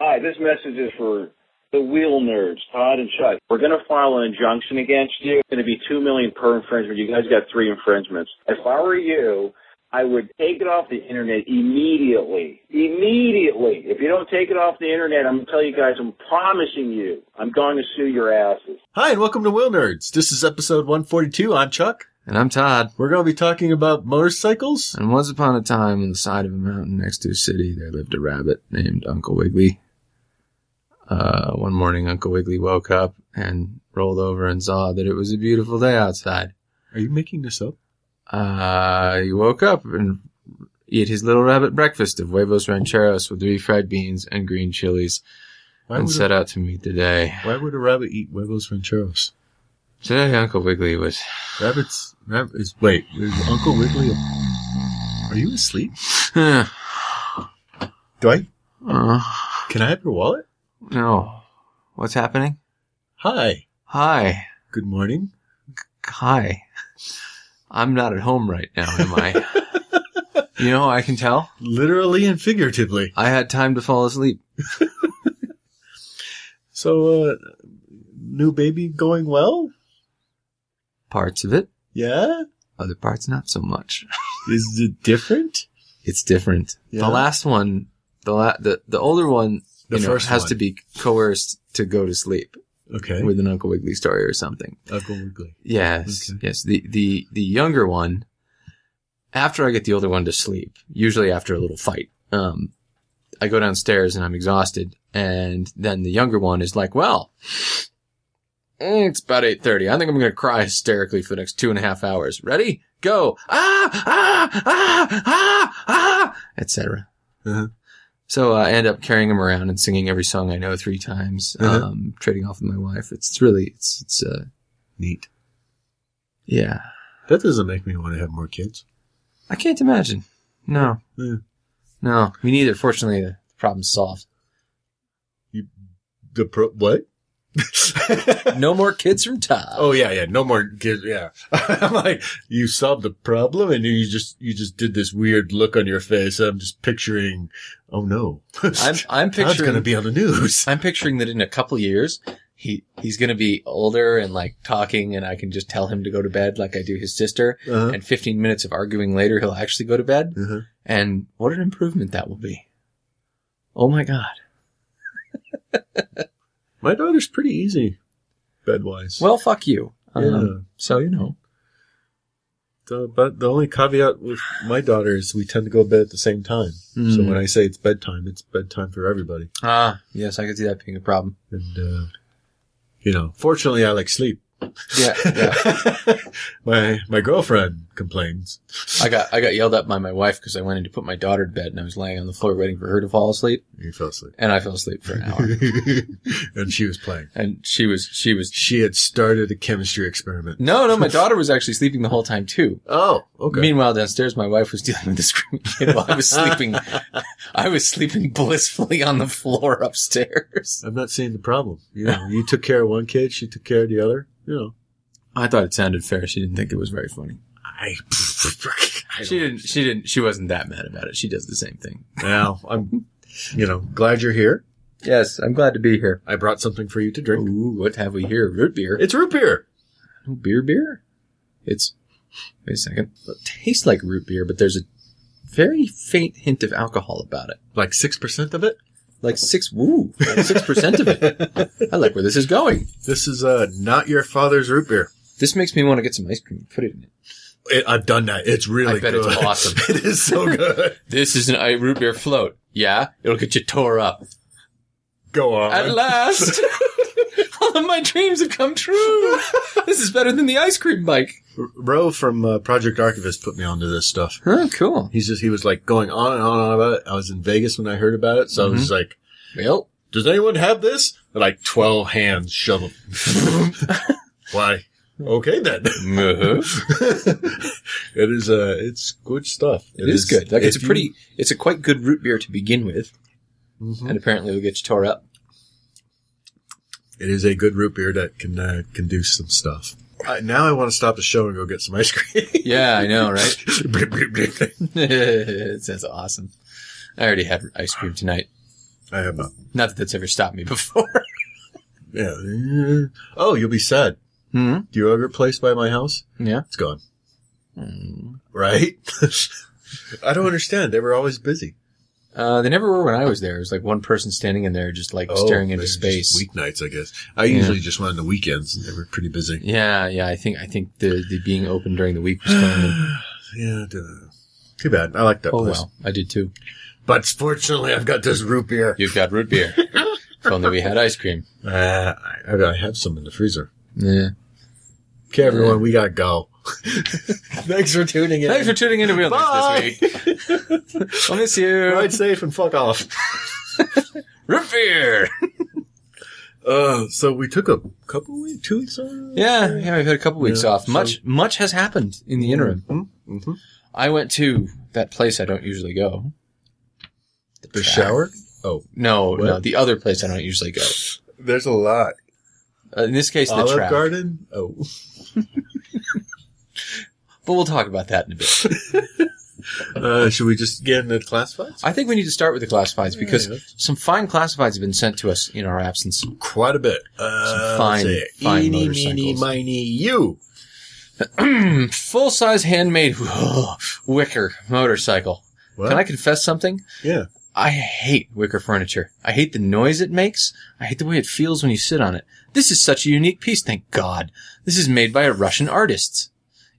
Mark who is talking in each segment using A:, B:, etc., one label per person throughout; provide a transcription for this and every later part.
A: Hi, this message is for the wheel nerds, Todd and Chuck. We're going to file an injunction against you. It's going to be two million per infringement. You guys got three infringements. If I were you, I would take it off the internet immediately. Immediately. If you don't take it off the internet, I'm going to tell you guys, I'm promising you, I'm going to sue your asses.
B: Hi, and welcome to Wheel Nerds. This is episode 142. I'm Chuck.
C: And I'm Todd.
B: We're going to be talking about motorcycles.
C: And once upon a time, on the side of a mountain next to a city, there lived a rabbit named Uncle Wiggily. Uh, one morning, Uncle Wiggily woke up and rolled over and saw that it was a beautiful day outside.
B: Are you making this up?
C: Uh, he woke up and ate his little rabbit breakfast of huevos rancheros with refried beans and green chilies
B: Why
C: and
B: would,
C: set
B: a,
C: out to meet the day.
B: why would a rabbit eat huevos rancheros?
C: Today, Uncle Wiggily was.
B: Rabbits, rabbit is, wait, is Uncle Wiggily, a, are you asleep?
C: Uh,
B: Do I,
C: uh,
B: can I have your wallet?
C: no. What's happening?
B: Hi.
C: Hi.
B: Good morning.
C: Hi. I'm not at home right now, am I? you know, I can tell.
B: Literally and figuratively.
C: I had time to fall asleep.
B: So, uh, new baby going well?
C: Parts of it,
B: Yeah?
C: other parts not so much.
B: Is it different?
C: It's different.
B: Yeah.
C: The last one, the la- the the older one,
B: The
C: you know,
B: first
C: has
B: one.
C: to be coerced to go to sleep
B: Okay.
C: with an Uncle Wiggily story or something.
B: Uncle Wiggily.
C: Yes,
B: Okay.
C: yes. The the the younger one, after I get the older one to sleep, usually after a little fight, um, I go downstairs and I'm exhausted, and then the younger one is like, "Well, eh, it's about eight thirty. I think I'm gonna cry hysterically for the next two and a half hours. Ready? Go! Ah ah ah ah ah!" Etc.
B: Uh-huh.
C: So uh, I end up carrying him around and singing every song I know three times,
B: Uh-huh.
C: um, trading off with my wife. It's, it's really it's it's uh
B: Neat.
C: yeah.
B: That doesn't make me want to have more kids.
C: I can't imagine. No.
B: Yeah.
C: Hmm. No, me neither. Fortunately, the problem's solved.
B: The pro, what?
C: No more kids from Todd.
B: oh yeah, yeah. No more kids. Yeah. I'm like, you solved the problem and you just, you just did this weird look on your face. I'm just picturing, oh no.
C: I'm I'm
B: Todd's
C: picturing
B: going to be on the news.
C: I'm picturing that in a couple years he he's gonna be older and like talking, and I can just tell him to go to bed like I do his sister.
B: Uh-huh.
C: And 15 minutes of arguing later, he'll actually go to bed.
B: Uh-huh.
C: And what an improvement that will be. Oh my god.
B: My daughter's pretty easy bed wise.
C: Well, fuck you.
B: Yeah.
C: Um, so you know.
B: The, but the only caveat with my daughter is we tend to go to bed at the same time. So
C: Mm.
B: when I say it's bedtime, it's bedtime for everybody.
C: Ah, yes, I could see that being a problem.
B: And, uh, you know, fortunately I like sleep.
C: Yeah, yeah.
B: my, my girlfriend complains.
C: I got I got yelled at by my wife because I went in to put my daughter to bed and I was laying on the floor waiting for her to fall asleep
B: You fell asleep.
C: and I fell asleep for an hour
B: and she was playing.
C: and she was she was
B: She had started a chemistry experiment.
C: no no my daughter was actually sleeping the whole time too.
B: Oh, okay.
C: Meanwhile downstairs my wife was dealing with the screaming kid while I was sleeping I was sleeping blissfully on the floor upstairs.
B: I'm not seeing the problem. You know, you took care of one kid, she took care of the other. You know,
C: I thought it sounded fair. She didn't think it was very funny.
B: I. I
C: She didn't she didn't she wasn't that mad about it. She does the same thing.
B: Now I'm, you know, glad you're here.
C: Yes, I'm glad to be here.
B: I brought something for you to drink.
C: Ooh, what have we here? Root beer.
B: It's root beer.
C: beer beer. It's wait a second. It tastes like root beer, but there's a very faint hint of alcohol about it.
B: Like six percent of it.
C: Like six woo, six percent of it. I like where this is going.
B: This is uh not your father's root beer.
C: This makes me want to get some ice cream and put it in it.
B: It, I've done that. It's really
C: I bet it's
B: good.
C: awesome.
B: it is so good.
C: This is an I root beer float. Yeah, it'll get you tore up.
B: Go on.
C: At last, all of my dreams have come true. This is better than the ice cream bike.
B: Ro from uh, Project Archivist put me onto this stuff.
C: Huh, cool.
B: He's just he was like going on and on and on about it. I was in Vegas when I heard about it, so I was
C: Mm-hmm.
B: just like,
C: Well,
B: "Does anyone have this?" And like twelve hands shove 'em. Why?
C: Hmm.
B: Okay then.
C: Mm-hmm.
B: it is uh it's good stuff.
C: it is, good. Like, it's a
B: if you-
C: pretty. It's a quite good root beer to begin with.
B: Mhm.
C: and apparently it'll get you tore up.
B: It is a good root beer that can uh, can do some stuff. Uh, now I want to stop the show and go get some ice cream.
C: Yeah, I know, right?
B: Blip, blip, blip.
C: it sounds awesome. I already had ice cream tonight.
B: I have not.
C: Not that that's ever stopped me before.
B: Yeah. Oh, you'll be sad.
C: hmm
B: The yogurt place by my house,
C: Yeah.
B: it's gone.
C: Mm.
B: Right? I don't understand. They were always busy.
C: Uh, they never were when I was there. It was like one person standing in there, Oh, just like staring into
B: maybe it's Oh, just
C: space.
B: Weeknights, I guess. I
C: Yeah.
B: usually just went on the weekends. and They were pretty busy.
C: Yeah, yeah. I think I think the, the being open during the week was common.
B: yeah. duh. Too bad. I like that
C: Oh
B: place.
C: well, I did too.
B: But fortunately, I've got this root beer.
C: You've got root beer. if only we had ice cream.
B: Uh, I, I have some in the freezer.
C: Yeah.
B: Okay, everyone, we gotta go. Thanks for tuning in.
C: Thanks for tuning in to Real News
B: Bye.
C: this week. I'll miss you.
B: Ride safe and fuck off.
C: Root beer.
B: Uh, so we took a couple weeks, two weeks. off?
C: Yeah, yeah. We've had a couple weeks
B: Yeah,
C: off.
B: so-
C: Much much has happened in the interim.
B: Mhm,
C: Mm-hmm.
B: mhm.
C: I went to that place I don't usually go.
B: The
C: track.
B: shower. Oh,
C: No, no,
B: What?
C: the other place I don't usually go.
B: there's a lot.
C: Uh, in this case, the
B: Olive
C: trap.
B: Garden. Oh,
C: But we'll talk about that in a bit.
B: uh, should we just get into classifieds?
C: I think we need to start with the classifieds because
B: Yeah.
C: some fine classifieds have been sent to us in our absence.
B: Quite a bit. Uh,
C: Some fine-
B: let's see.
C: fine
B: Eeny, meeny,
C: motorcycles.
B: miny, you.
C: Full size handmade wicker motorcycle.
B: What?
C: Can I confess something?
B: yeah.
C: I hate wicker furniture. I hate the noise it makes. I hate the way it feels when you sit on it. This is such a unique piece, thank God. This is made by a Russian artist.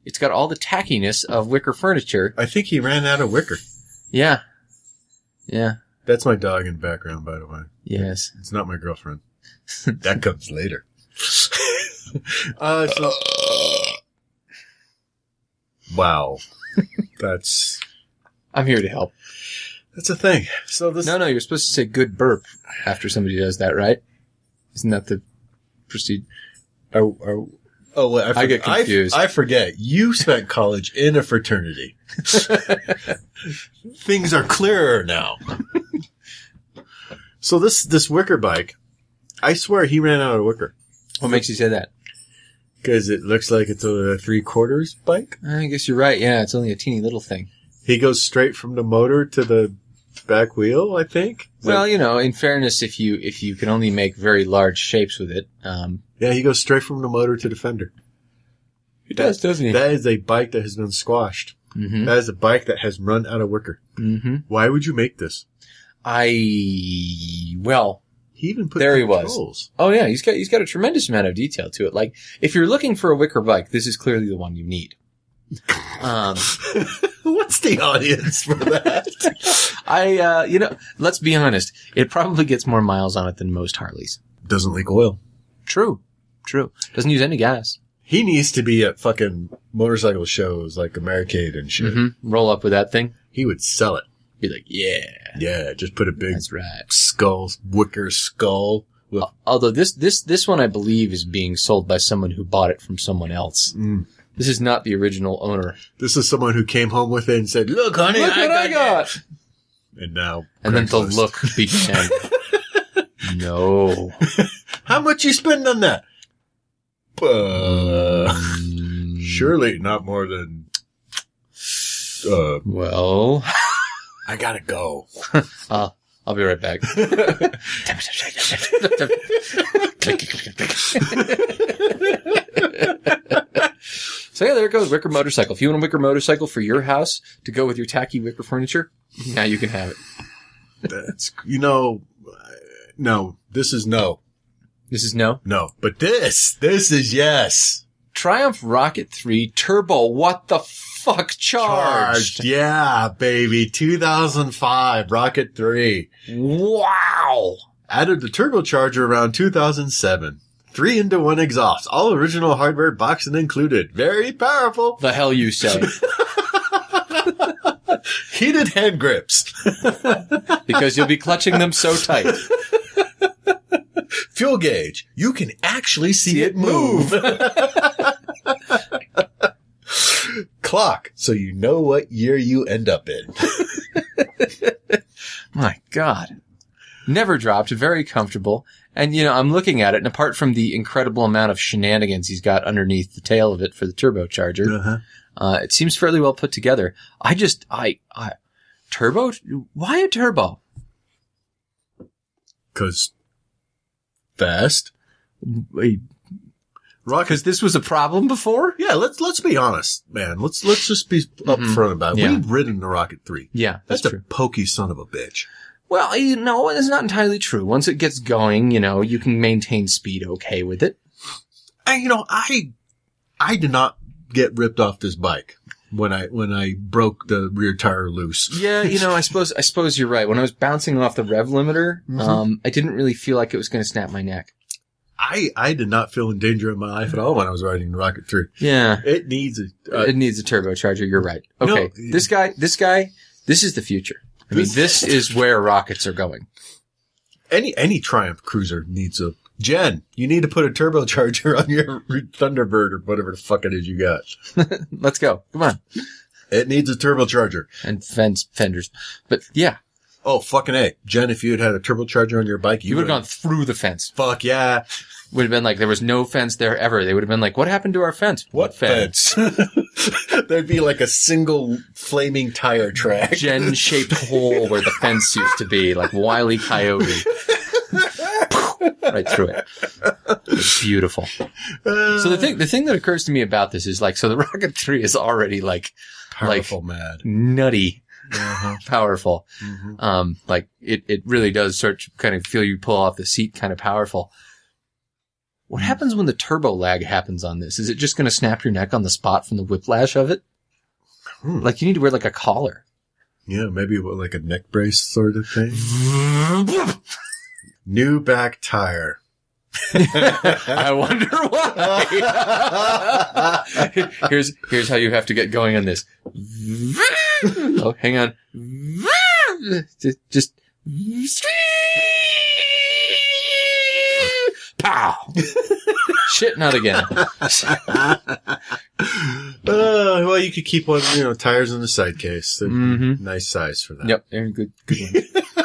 C: It's got all the tackiness of wicker furniture.
B: I think he ran out of wicker.
C: Yeah. Yeah.
B: That's my dog in the background, by the way.
C: Yes.
B: It's not my girlfriend. that comes later. uh, so- wow, that's
C: I'm here to help.
B: that's a thing. So this
C: No, no, you're supposed to say good burp after somebody does that, right? Isn't that the proceed?
B: I, I- oh, wait, I,
C: I get
B: forg-
C: confused.
B: I, forget. You spent college in a fraternity. Things are clearer now. so this this wicker bike, I swear he ran out of wicker
C: What makes you say that?
B: because it looks like it's a three quarters bike.
C: I guess you're right. Yeah, it's only a teeny little thing.
B: He goes straight from the motor to the back wheel, I think. Is
C: Well,
B: that-
C: you know, in fairness, if you if you can only make very large shapes with it, um,
B: yeah, he goes straight from the motor to the fender.
C: he
B: does,
C: doesn't
B: That is a bike that has been squashed.
C: Mm-hmm.
B: That is a bike that has run out of wicker.
C: Mm-hmm.
B: Why would you make this?
C: I well,
B: He even put
C: There he was.
B: controls.
C: oh yeah, he's got he's got a tremendous amount of detail to it. Like if you're looking for a wicker bike, this is clearly the one you need. Um,
B: What's the audience for that?
C: I uh, you know, let's be honest, it probably gets more miles on it than most Harleys.
B: Doesn't leak oil.
C: True, true. Doesn't use any gas.
B: He needs to be at fucking motorcycle shows like Americade and shit.
C: Mm-hmm. Roll up with that thing.
B: He would sell it.
C: Be like, yeah,
B: Yeah, just put a big
C: that's right.
B: skull, wicker skull. With,
C: Although this this this one I believe is being sold by someone who bought it from someone else.
B: Mm.
C: This is not the original owner.
B: This is someone who came home with it and said, "Look, honey, I got that." And now,
C: And then the
B: Craigslist.
C: look began. no.
B: How much you spend on that? Uh,
C: Mm,
B: surely not more than. Uh,
C: Well, uh,
B: I gotta go.
C: I'll be right back. so yeah, there it goes. Wicker motorcycle. If you want a wicker motorcycle for your house to go with your tacky wicker furniture, now you can have it.
B: That's you know, uh, no. This is no,
C: This is no
B: no. But this, this is yes.
C: Triumph Rocket 3 Turbo. What the fuck charged?
B: yeah, baby. 2005 Rocket Three
C: Wow.
B: added the turbocharger around 2007. Three into one exhaust, all original hardware, box and included. Very powerful.
C: The hell you say?
B: Heated hand grips.
C: because you'll be clutching them so tight.
B: fuel gauge. You can actually see, it move. Clock, so you know what year you end up in.
C: My God. Never dropped, very comfortable. And, you know, I'm looking at it, and apart from the incredible amount of shenanigans he's got underneath the tail of it for the turbocharger, uh, it seems fairly well put together. I just, I, I, turbo? Why a turbo?
B: Cause fast.
C: Because
B: Rock is,
C: this was a problem before?
B: yeah, let's, let's be honest, man. Let's, let's just be upfront about it.
C: Mm-hmm. Yeah.
B: We've ridden the Rocket 3.
C: Yeah,
B: That's,
C: that's,
B: a
C: true.
B: pokey son of a bitch.
C: Well, you know, it's not entirely true. Once it gets going, you know, you can maintain speed okay with it.
B: And you know, I, I did not get ripped off this bike when I, when I broke the rear tire loose.
C: Yeah, you know, I suppose I suppose you're right. When I was bouncing off the rev limiter,
B: Mhm.
C: um, I didn't really feel like it was going to snap my neck.
B: I, I did not feel in danger in my life at all when I was riding the Rocket 3.
C: Yeah,
B: It needs a, uh,
C: it needs a turbocharger. You're right. Okay,
B: No.
C: this guy, this guy, this is the future. I mean, this is where rockets are going.
B: any, any Triumph cruiser needs a, Jen, you need to put a turbocharger on your Thunderbird or whatever the fuck it is you got.
C: Let's go. Come on,
B: It needs a turbocharger.
C: and fends fenders. But yeah,
B: Oh, fucking A. Jen, if you had had a turbocharger on your bike, you,
C: you would have gone through the fence.
B: fuck yeah.
C: Would have been like there was no fence there ever. They would have been like, "What happened to our fence?
B: fence? There'd be like a single flaming tire track.
C: Gen shaped hole where the fence used to be, like Wiley Coyote. right through it. It's beautiful. So the thing the thing that occurs to me about this is like so the Rocket 3 is already like
B: Powerful mad.
C: nutty
B: Uh-huh.
C: powerful.
B: Mhm.
C: Um like it, it really does start to kind of feel you pull off the seat kind of powerful. What happens when the turbo lag happens on this? Is it just gonna snap your neck on the spot from the whiplash of it?
B: Hmm.
C: Like you need to wear like a collar.
B: Yeah, maybe what, like a neck brace sort of thing. New back tire.
C: I wonder
B: Uh,
C: why. here's here's how you have to get going on this. Oh, hang on. Just, just pow. Shit, not again.
B: uh, well, you could keep one, you know, tires in the side case. They're
C: Mhm.
B: Nice size for that.
C: Yep, Aaron, good, good one.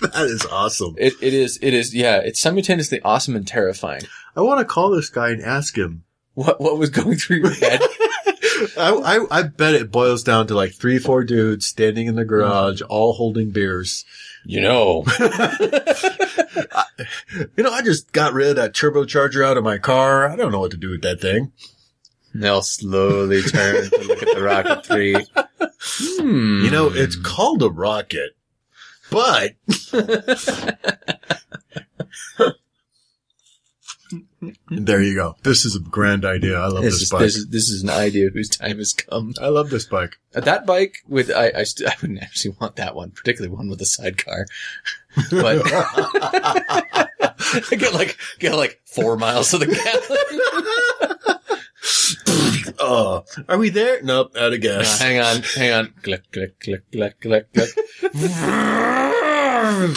B: That is awesome.
C: It, it is, it is, yeah. It's simultaneously awesome and terrifying.
B: I want to call this guy and ask him
C: What what was going through your head?
B: I, I, I bet it boils down to like three, four dudes standing in the garage, all holding beers.
C: You know,
B: You know, I just got rid of that turbocharger out of my car. I don't know what to do with that thing.
C: they'll slowly turn to look at the rocket three. Hmm.
B: You know, it's called a rocket, but there you go. This is a grand idea. I love
C: This
B: this,
C: is,
B: bike.
C: this, is, this is an idea whose time has come.
B: I love this bike.
C: Uh, That bike with I I, st- I wouldn't actually want that one, particularly one with a sidecar. But I get like get like four miles to the gallon.
B: oh, are we there? Nope, out of
C: No,
B: gas.
C: hang on, hang on. Click click click click click click.
B: You-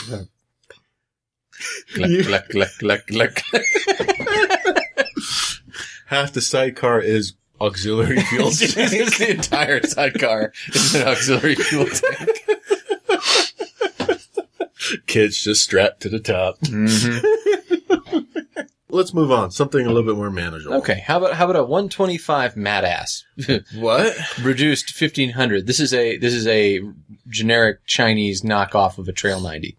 C: Click, click, click, click, click, click.
B: Half the sidecar is auxiliary fuel.
C: It's the entire sidecar is an auxiliary fuel tank.
B: Kids just strapped to the top. Mm-hmm. Let's move on. Something a little bit more manageable.
C: Okay, how about how about a 125 mad ass?
B: What?
C: reduced 1500 this is a this is a generic chinese knockoff of a trail 90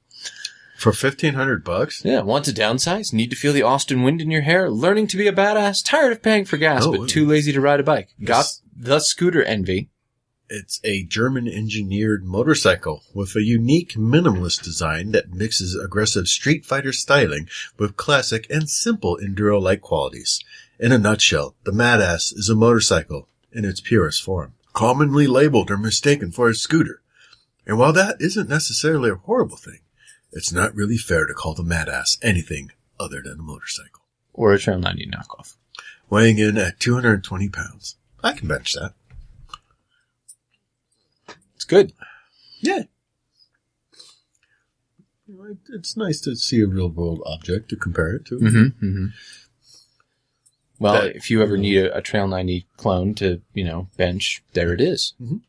B: For fifteen hundred bucks?
C: yeah want to downsize need to feel the austin wind in your hair learning to be a badass tired of paying for gas
B: Oh, wow.
C: but too lazy to ride a bike got
B: Yes.
C: the scooter envy
B: It's a German engineered motorcycle with a unique minimalist design that mixes aggressive street fighter styling with classic and simple enduro like qualities. In a nutshell, the Madass is a motorcycle in its purest form, commonly labeled or mistaken for a scooter. And while that isn't necessarily a horrible thing, it's not really fair to call the Madass anything other than a motorcycle.
C: or a trail 90 knockoff
B: weighing in at 220 pounds. I can bench that.
C: it's good
B: Yeah. It's nice to see a real world object to compare it to.
C: mm-hmm, mm-hmm. well
B: That- mm-hmm.
C: if you ever need a, a trail 90 clone to you know bench there it is.
B: Mhm.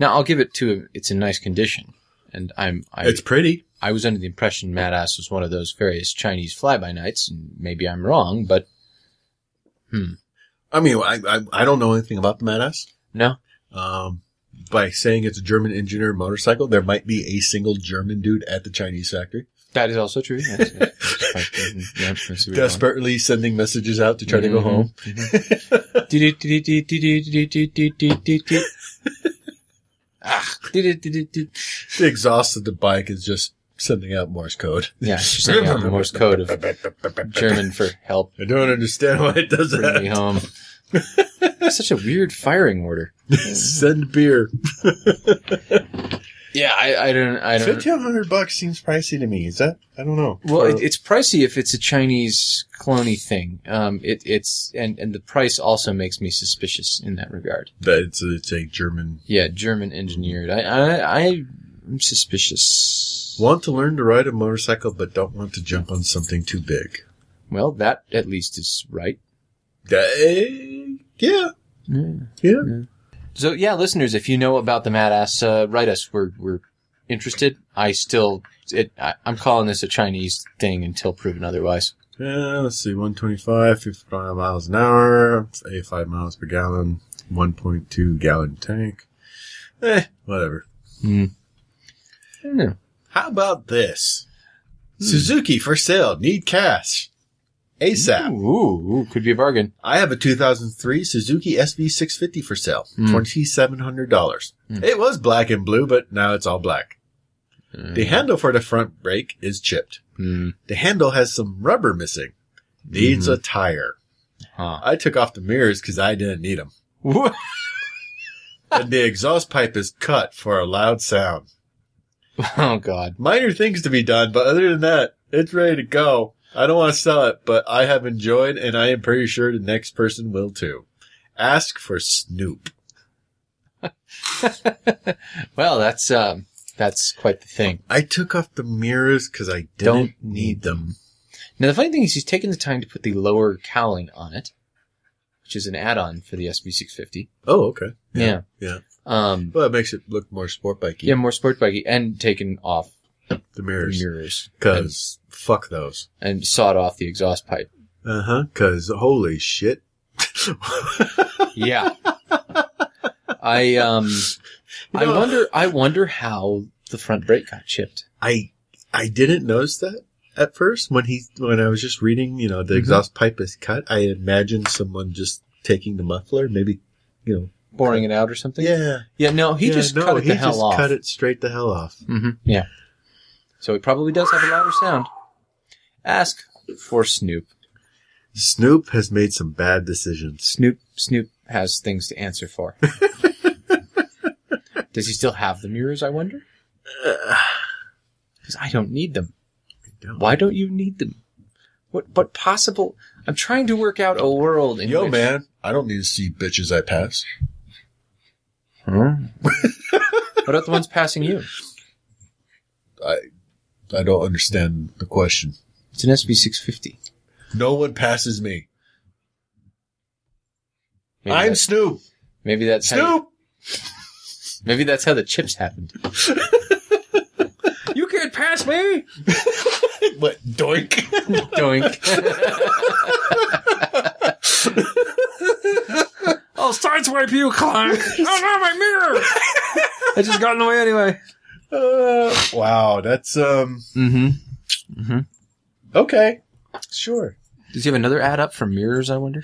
C: now i'll give it to it's in nice condition and i'm I,
B: It's pretty.
C: I was under the impression Madass was one of those various Chinese fly by nights, and maybe I'm wrong, but
B: I mean, I, I, I don't know anything about the Madass.
C: no.
B: Um, by saying it's a German engineered motorcycle, there might be a single German dude at the Chinese factory.
C: That is also true. Yes, yes. Like, mhm, yeah, I see what you're going.
B: Desperately sending messages out to try to go
C: Mhm,
B: home.
C: mhm. Do-do-do-do-do-do-do-do-do-do-do. Ah, do-do-do-do-do.
B: The exhaust of the bike is just sending out Morse code.
C: Yeah, it's just sending out the Morse code of German for help.
B: I don't understand why it does
C: Bring me
B: that.
C: home. Such a weird firing order.
B: Send beer.
C: Yeah, I, I don't. I don't.
B: Fifteen hundred bucks seems pricey to me. Is that? I don't know.
C: Well, it,
B: For-
C: it's pricey if it's a Chinese colony thing. Um, it, it's and and the price also makes me suspicious in that regard.
B: that it's a, it's a German.
C: Yeah, German engineered. I I, I I'm suspicious.
B: Want to learn to ride a motorcycle, but don't want to jump on something too big.
C: Well, that at least is right.
B: Da- eh, yeah,
C: Yeah.
B: yeah.
C: So yeah, listeners, if you know about the Mad Ass, uh, write us. We're we're interested. I still it. I, I'm calling this a Chinese thing until proven otherwise.
B: Uh, let's see, 125, 55 miles an hour, 85 miles per gallon, 1.2 gallon tank. Eh, whatever.
C: I don't know.
B: How about this? Suzuki for sale, need cash. ASAP.
C: Ooh, ooh, could be a bargain.
B: I have a 2003 Suzuki SV650 for sale,
C: Hmm.
B: $2,700.
C: Hmm.
B: It was black and blue, but now it's all black.
C: Hmm.
B: The handle for the front brake is chipped.
C: Mm,
B: The handle has some rubber missing. Needs
C: Hmm.
B: a tire.
C: huh.
B: I took off the mirrors because I didn't need them.
C: What?
B: and the exhaust pipe is cut for a loud sound.
C: Oh God.
B: Minor things to be done, but other than that, it's ready to go. I don't want to sell it, but I have enjoyed and I am pretty sure the next person will too. Ask for Snoop.
C: well, that's um, that's quite the thing.
B: I took off the mirrors because I didn't
C: Don't
B: need them.
C: Now, the funny thing is, he's taken the time to put the lower cowling on it, which is an add-on for the SB650.
B: Oh, okay.
C: Yeah.
B: yeah.
C: Um,
B: Well, it makes it look more sport bikey.
C: yeah, more sport buggy and taken off
B: The
C: the
B: mirrors.
C: mirrors
B: Because fuck those.
C: and, and sawed off the exhaust pipe.
B: Uh
C: Uh-huh.
B: huh. Because holy shit.
C: Yeah. I um, I
B: No.
C: wonder, I wonder how the front brake got chipped.
B: I I didn't notice that at first when he when I was just reading, you know, the
C: Mhm.
B: exhaust pipe is cut. I imagined someone just taking the muffler, maybe you know.
C: Boring it out or something.
B: Yeah,
C: Yeah. No, he
B: Yeah,
C: just
B: no,
C: cut it
B: he
C: the hell
B: just
C: off.
B: Cut it straight the hell off.
C: Mm-hmm. Yeah. So it probably does have a louder sound. Ask for Snoop.
B: Snoop has made some bad decisions.
C: Snoop Snoop has things to answer for. does he still have the mirrors? I wonder. Because I don't need them.
B: don't.
C: Why don't you need them? What? What possible? I'm trying to work out a world in which-
B: I don't need to see bitches I pass.
C: Hmm? what about the ones passing you?
B: I don't understand the question.
C: It's an SB650.
B: No one passes me.
C: Maybe
B: I'm
C: that's-
B: Snoop.
C: maybe that's how you-
B: Snoop.
C: Maybe that's how the chips happened. you can't pass me.
B: what doink?
C: Doink. I'll sideswipe Oh, you, Clank. Oh no, my mirror! I just got in the way anyway.
B: Uh, wow, that's um
C: Mm-hmm. Mm-hmm.
B: okay. Sure.
C: Does he have another ad up for mirrors? I wonder.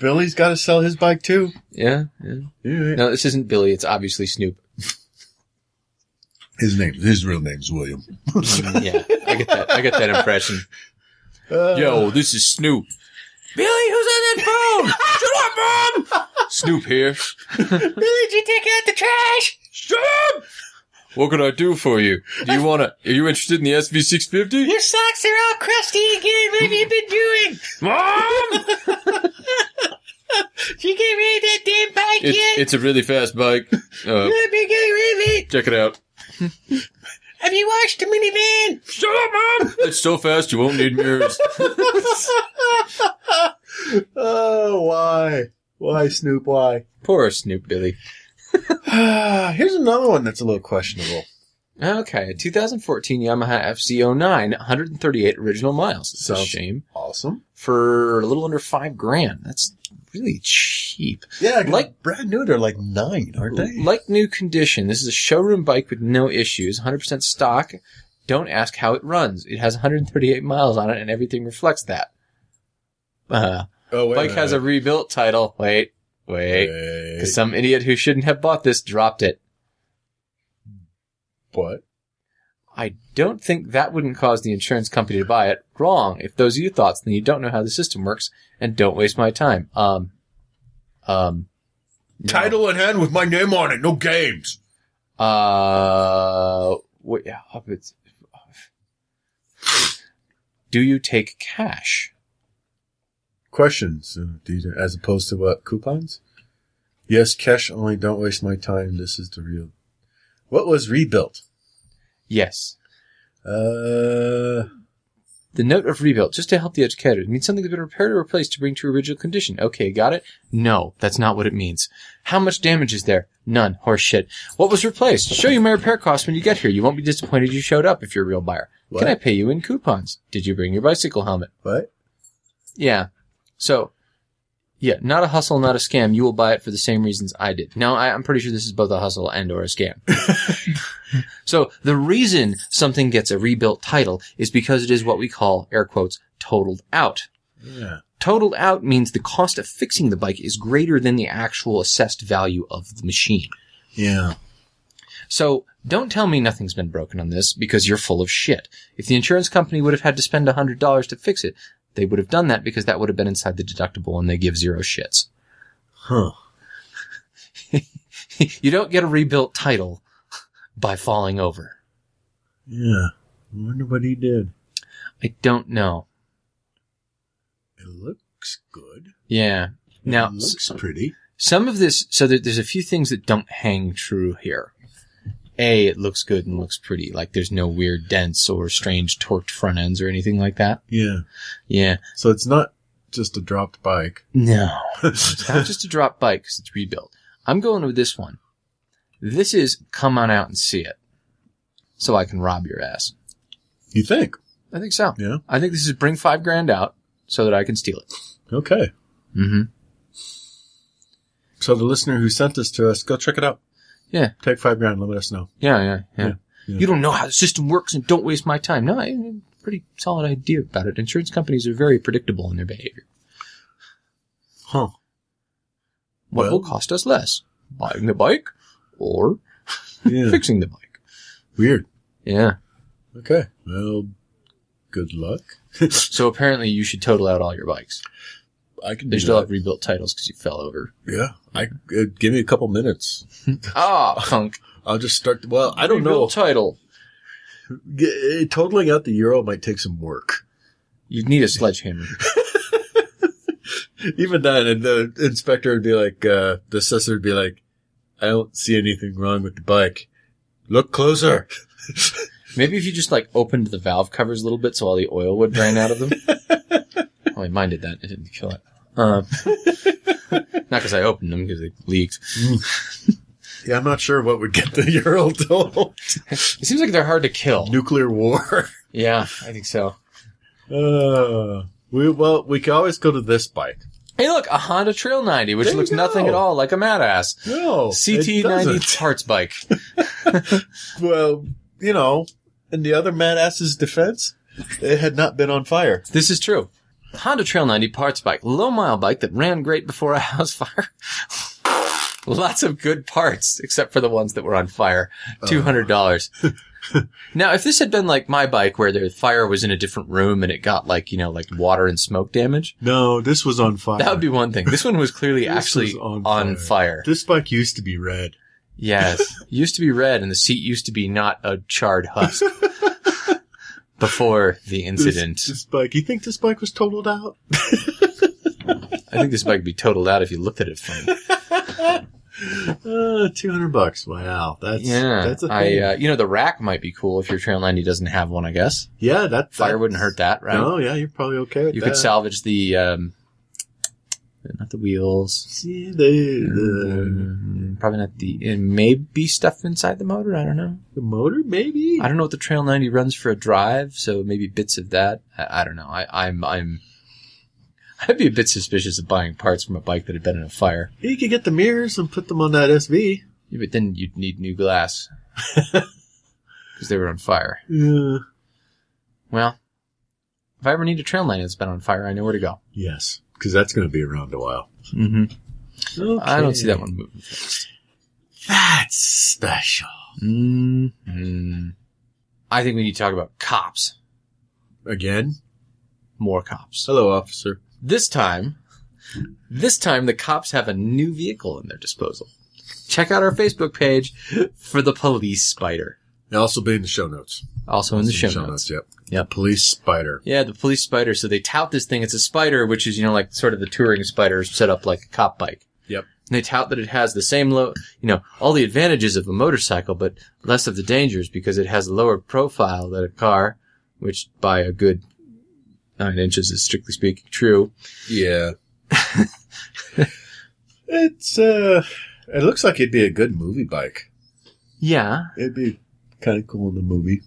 B: Billy's got to sell his bike too.
C: Yeah. yeah. No, this isn't Billy. It's obviously Snoop.
B: His name, his real name's William.
C: yeah, I get that. I get that impression.
B: Uh,
C: Yo, this is Snoop. Billy, who's on that phone? Shut up, mom. Snoop here.
B: Billy, did you take out the trash? Shut up!
C: What can I do for you? Do you wanna? Are you interested in the SV650?
D: Your socks are all crusty again. What have you been doing?
C: Mom.
D: You get rid of that damn bike yet?
C: it's a really fast bike. Uh,
D: you have been getting rid of it.
C: check it out.
D: Have you washed the minivan?
C: Shut up, mom! It's so fast you won't need mirrors.
B: Oh, why? Why, Snoop? Why?
C: Poor Snoop Billy.
B: Here's another one that's a little questionable.
C: Okay, a 2014 Yamaha FZ09, 138 original miles. It's a
B: Sounds-
C: shame
B: Awesome.
C: for a little under five grand. That's really cheap.
B: Yeah,
C: Like-
B: like brand new. They're like nine, aren't they?
C: Like new condition, this is a showroom bike with no issues, 100% stock. Don't ask how it runs. It has 138 miles on it, and everything reflects that. Uh,
B: Oh, wait.
C: bike has a rebuilt title. Wait, wait.
B: Wait.
C: 'Cause some idiot who shouldn't have bought this dropped it.
B: What?
C: I don't think that wouldn't cause the insurance company to buy it. Wrong. If those are your thoughts, then you don't know how the system works, and don't waste my time. Um, um, no.
B: Title in hand with my name on it. No games.
C: Uh, wait, yeah, uh, it's- do you take cash?
B: Questions uh, these are- as opposed to what? Coupons? Yes, cash only. Don't waste my time. This is the real. What was rebuilt?
C: Yes.
B: Uh,
C: The note of rebuilt, just to help the educators, means something has been repaired or replaced to bring to original condition. Okay, got it? No, that's not what it means. How much damage is there? None. Horseshit. What was replaced? Show you my repair costs when you get here. You won't be disappointed you showed up if you're a real buyer.
B: What?
C: Can I pay you in coupons? Did you bring your bicycle helmet?
B: what?
C: Yeah. So, yeah, not a hustle, not a scam. You will buy it for the same reasons I did. Now, I, I'm pretty sure this is both a hustle and or a scam. so, the reason something gets a rebuilt title is because it is what we call, air quotes, totaled out.
B: Yeah.
C: Totaled out means the cost of fixing the bike is greater than the actual assessed value of the machine.
B: Yeah.
C: So don't tell me nothing's been broken on this because you're full of shit. If the insurance company would have had to spend $100 to fix it, they would have done that because that would have been inside the deductible and they give zero shits.
B: Huh.
C: you don't get a rebuilt title by falling over.
B: Yeah. I wonder what he did.
C: I don't know.
B: It looks good.
C: Yeah. Now,
B: it
C: s-
B: looks pretty.
C: some of this, so there, there's a few things that don't hang true here. A, it looks good and looks pretty. Like there's no weird dents or strange torqued front ends or anything like that.
B: Yeah.
C: Yeah.
B: So it's not just a dropped bike.
C: No. It's not just a drop bike because it's rebuilt. I'm going with this one. This is come on out and see it, so I can rob your ass.
B: you think?
C: I think so.
B: Yeah.
C: I think this is bring five grand out so that I can steal it.
B: Okay.
C: Mm-hmm.
B: So the listener who sent this to us, go check it out.
C: Yeah.
B: Take five grand. Let us know.
C: Yeah, yeah, yeah,
B: Yeah, yeah.
C: You don't know how the system works, and don't waste my time. No, I pretty solid idea about it. Insurance companies are very predictable in their behavior.
B: Huh.
C: What
B: Well-
C: will cost us less, buying the bike or
B: Yeah.
C: fixing the bike?
B: Weird.
C: Yeah.
B: Okay. Well, good luck.
C: So apparently, you should total out all your bikes.
B: I can
C: They
B: do
C: still
B: that.
C: have rebuilt titles because you fell over.
B: Yeah. I uh, give me a couple minutes.
C: Ah, punk.
B: I'll just start. Well, I don't know.
C: Title.
B: G- uh, Totaling out the euro might take some work.
C: You'd need a sledgehammer.
B: Even then, and the inspector would be like, uh, the assessor would be like, I don't see anything wrong with the bike. Look closer.
C: Maybe if you just like opened the valve covers a little bit so all the oil would drain out of them. oh, I minded that. It didn't kill it. Um, not because I opened them because they leaked.
B: Yeah, I'm not sure what would get the euro total.
C: It seems like they're hard to kill.
B: Nuclear war.
C: Yeah, I think so.
B: Uh, we well, we can always go to this bike.
C: Hey, look, a Honda Trail 90, which
B: There you
C: looks nothing
B: go.
C: at all like a mad ass.
B: No, it
C: CT
B: doesn't.
C: 90 parts bike.
B: Well, you know, in the other mad ass's defense, it had not been on fire.
C: This is true. Honda Trail 90 parts bike, low mile bike that ran great before a house fire. Lots of good parts, except for the ones that were on fire.
B: Oh.
C: Two hundred dollars. now, if this had been like my bike, where the fire was in a different room and it got like you know like water and smoke damage,
B: No, this was on fire.
C: that would be one thing. This one was clearly
B: This
C: actually
B: was
C: on,
B: on
C: fire.
B: This bike used to be red.
C: Yes, used to be red, and the seat used to be not a charred husk. Before the
B: This,
C: incident,
B: this bike. You think this bike was totaled out?
C: I think this bike would be totaled out if you looked at it funny.
B: Uh, two hundred bucks. Wow, that's
C: Yeah,
B: That's a
C: I
B: thing.
C: uh, you know the rack might be cool if your trail 90 doesn't have one. I guess
B: yeah, that
C: fire
B: that-
C: wouldn't hurt that, right?
B: No, yeah, you're probably okay with
C: you
B: that.
C: could salvage the um, not the wheels.
B: See, the, the,
C: Mm, Probably not the and maybe stuff inside the motor. I don't know.
B: the motor, maybe.
C: I don't know what the Trail 90 runs for a drive, so maybe bits of that. I, I don't know. I, I'm I'm I'd be a bit suspicious of buying parts from a bike that had been in a fire.
B: You could get the mirrors and put them on that SV.
C: Yeah, But then you'd need new glass. because they were on fire.
B: Uh,
C: Well, if I ever need a trail line that's been on fire, I know where to go.
B: yes, because that's going to be around a while.
C: Mm-hmm. I don't see that
B: Okay.
C: one moving.
B: That's special. Mm-hmm.
C: mm I think we need to talk about cops.
B: Again?
C: More cops.
B: Hello, officer.
C: This time, this time the cops have a new vehicle in their disposal. Check out our Facebook page for the police spider.
B: It'll also be in the show notes.
C: Also in the show, notes.
B: Yep.
C: Yep.
B: Police spider.
C: Yeah, the police spider. So they tout this thing. It's a spider, which is, you know, like sort of the touring spider set up like a cop bike.
B: Yep.
C: And they tout that it has the same low, you know, all the advantages of a motorcycle, but less of the dangers because it has a lower profile than a car, which by a good nine inches is strictly speaking true.
B: Yeah. it's uh, it looks like it'd be a good movie bike.
C: Yeah.
B: It'd be kind of cool in the movie.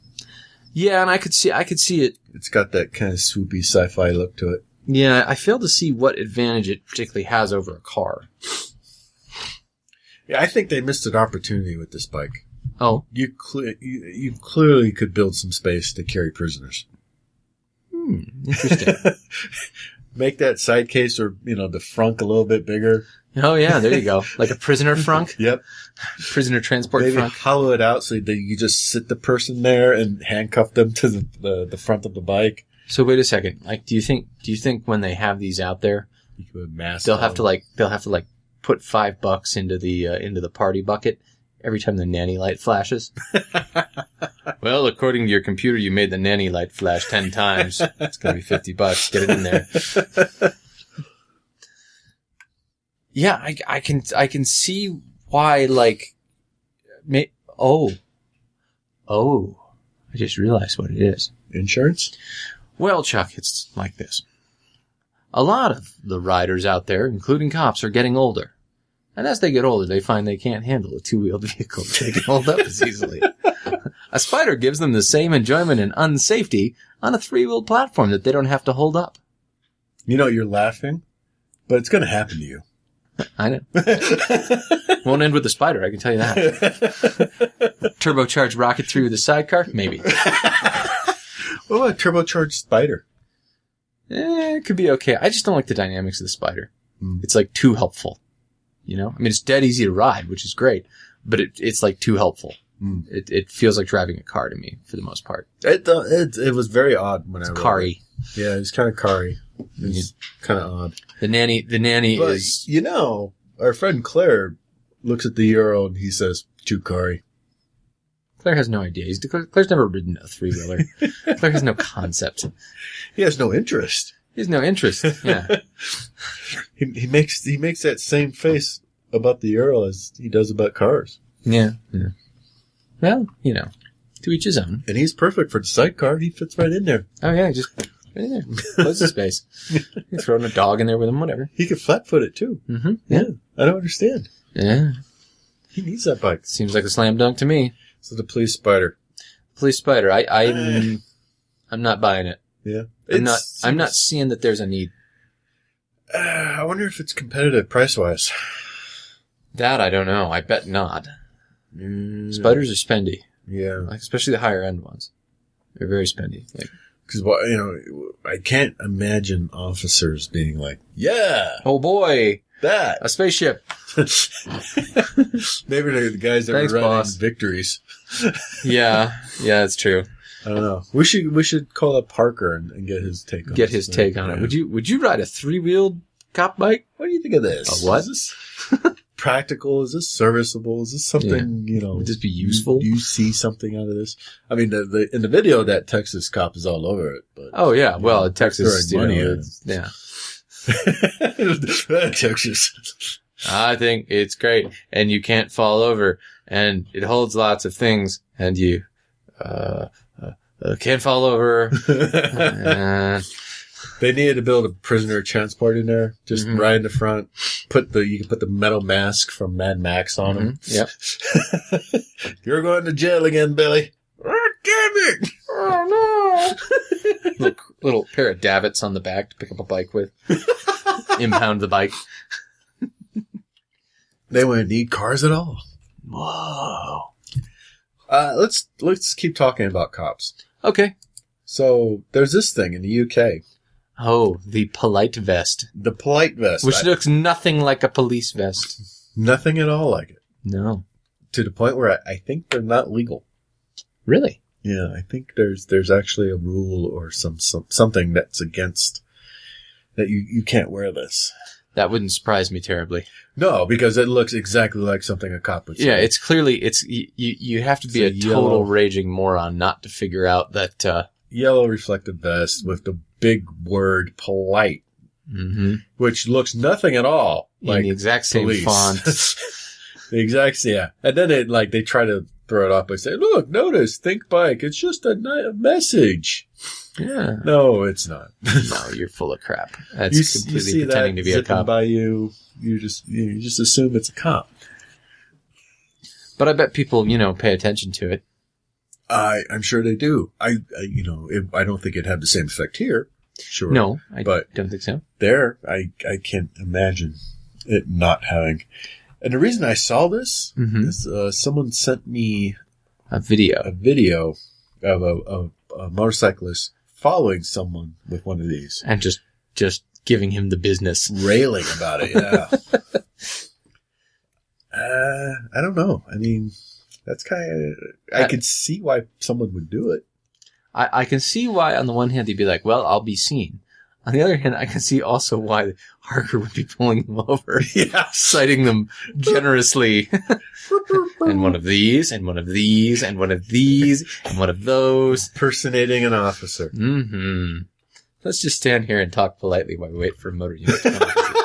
C: Yeah. And I could see, I could see it.
B: It's got that kind of swoopy sci-fi look to it.
C: Yeah. I fail to see what advantage it particularly has over a car.
B: Yeah, I think they missed an opportunity with this bike.
C: Oh.
B: You, cle- you you clearly could build some space to carry prisoners.
C: Hmm. Interesting.
B: Make that side case or you know the frunk a little bit bigger.
C: oh, yeah. There you go. Like a prisoner frunk,
B: Yep.
C: prisoner transport
B: Maybe
C: frunk.
B: hollow it out so that you just sit the person there and handcuff them to the, the, the front of the bike.
C: So wait a second. Like, do you think do you think when they have these out there,
B: You could mask.
C: they'll have to like they'll have to like put five bucks into the uh, into the party bucket every time the nanny light flashes? well, according to your computer, you made the nanny light flash ten times. It's gonna be fifty bucks. Get it in there. yeah, I, I can I can see why like, may, oh, oh, I just realized what it is.
B: insurance.
C: Well, Chuck, it's like this. A lot of the riders out there, including cops, are getting older. And as they get older, they find they can't handle a two-wheeled vehicle. They can hold up as easily. a spider gives them the same enjoyment and unsafety on a three-wheeled platform that they don't have to hold up.
B: You know you're laughing, but it's going to happen to you.
C: I know. Won't end with a spider, I can tell you that. Turbocharged Rocket 3 with a sidecar? Maybe.
B: What about a turbocharged spider?
C: Eh, it could be okay. I just don't like the dynamics of the spider.
B: Mm.
C: It's like too helpful. You know, I mean, it's dead easy to ride, which is great, but it, it's like too helpful.
B: Mm.
C: It, it feels like driving a car to me for the most part.
B: It, uh, it it was very odd when I read
C: Kari,
B: it. Yeah, it's kind of Kari. It's kind of odd.
C: the nanny, the nanny
B: But
C: is
B: you know, our friend Claire looks at the euro and he says, "To Kari."
C: Claire has no idea. He's, Claire's never ridden a three wheeler. Claire has no concept.
B: He has no interest.
C: He has no interest. Yeah,
B: He, he makes he makes that same face about the Euro as he does about cars,
C: yeah. yeah. Well, you know, to each his own.
B: and he's perfect for the sidecar. He fits right in there.
C: Oh yeah, just right in there. Close the space. You're throwing a dog in there with him, whatever.
B: He could flat foot it too.
C: Mm-hmm.
B: I don't understand.
C: Yeah.
B: He needs that bike.
C: Seems like a slam dunk to me.
B: So the police spider.
C: Police Spider. I, I, I'm not buying it.
B: Yeah,
C: I'm not. I'm not seeing that there's a need.
B: Uh, I wonder if it's competitive price wise.
C: That I don't know. I bet not. Spiders are spendy,
B: Yeah,
C: like especially the higher end ones. They're very spendy. Like,
B: because you know, I can't imagine officers being like, "Yeah,
C: oh boy,
B: that."
C: a spaceship.
B: Maybe they're the guys that
C: Thanks,
B: were running
C: boss.
B: victories.
C: Yeah, yeah, that's true.
B: I don't know. We should we should call up Parker and, and get his take on
C: Get
B: this
C: his
B: thing.
C: take on it.
B: Yeah.
C: Would you? Would you ride a three wheeled cop bike?
B: What do you think of this?
C: A what?
B: Is this practical? Is this serviceable? Is this something you know?
C: Would this be useful?
B: Do you see something out of this? I mean, the, the in the video that Texas cop is all over it, but
C: Oh yeah. Well, Texas. You
B: Throwing money
C: know,
B: at
C: it's- yeah.
B: Texas.
C: I think it's great, and you can't fall over, and it holds lots of things, and you uh, uh, uh, can't fall over. Uh,
B: they needed to build a prisoner transport in there, just
C: Mhm.
B: right in the front. Put the you can put the metal mask from Mad Max on him.
C: mhm. yep. Mm-hmm.
B: You're going to jail again, Billy. Oh, damn it!
D: Oh
C: Little, little pair of davits on the back to pick up a bike with. Impound the bike.
B: They wouldn't need cars at all.
C: Whoa.
B: Uh, let's let's keep talking about cops.
C: Okay.
B: So there's this thing in the UK,
C: Oh, the polite vest,
B: the polite vest,
C: which
B: I-
C: looks nothing like a police vest.
B: nothing at all like it.
C: No.
B: To the point where I, I think they're not legal.
C: Really?
B: Yeah, I think there's there's actually a rule or some, some something that's against that you you can't wear this.
C: That wouldn't surprise me terribly.
B: No, because it looks exactly like something a cop would say.
C: Yeah, it's clearly it's you. You, you have to be a,
B: It's a
C: total
B: yellow-
C: raging moron not to figure out that. Uh,
B: yellow reflective vest with the big word polite, which looks nothing at all
C: in
B: Mm-hmm. like
C: the exact same
B: police.
C: font.
B: the exact yeah. And then it like they try to throw it off by saying, "Look, notice, think bike. It's just a, ni- a message."
C: yeah.
B: No, it's not.
C: No, you're full of crap. That's
B: you, s- you
C: completely
B: see
C: pretending
B: that
C: to be a
B: zipping
C: cop.
B: by you. You just you just assume it's a cop.
C: But I bet people, you know, pay attention to it.
B: I I'm sure they do. I, I you know it, I don't think it had the same effect here. Sure.
C: No, I
B: But-
C: don't think so.
B: there, I, I can't imagine it not having. And the reason I saw this
C: Mhm.
B: is uh, someone sent me
C: A video.
B: a video of a, of a motorcyclist following someone with one of these,
C: and just just giving him the business.
B: railing about it. Yeah. uh, I don't know. I mean, that's kind of. I
C: Uh,
B: could see why someone would do it.
C: I, I can see why on the one hand he'd be like, "Well, I'll be seen." On the other hand, I can see also why Harker would be pulling them over,
B: Yeah.
C: citing them generously, and one of these, and one of these, and one of these, and one of those.
B: Personating an officer.
C: Hmm. Let's just stand here and talk politely while we wait for a motor unit. To come.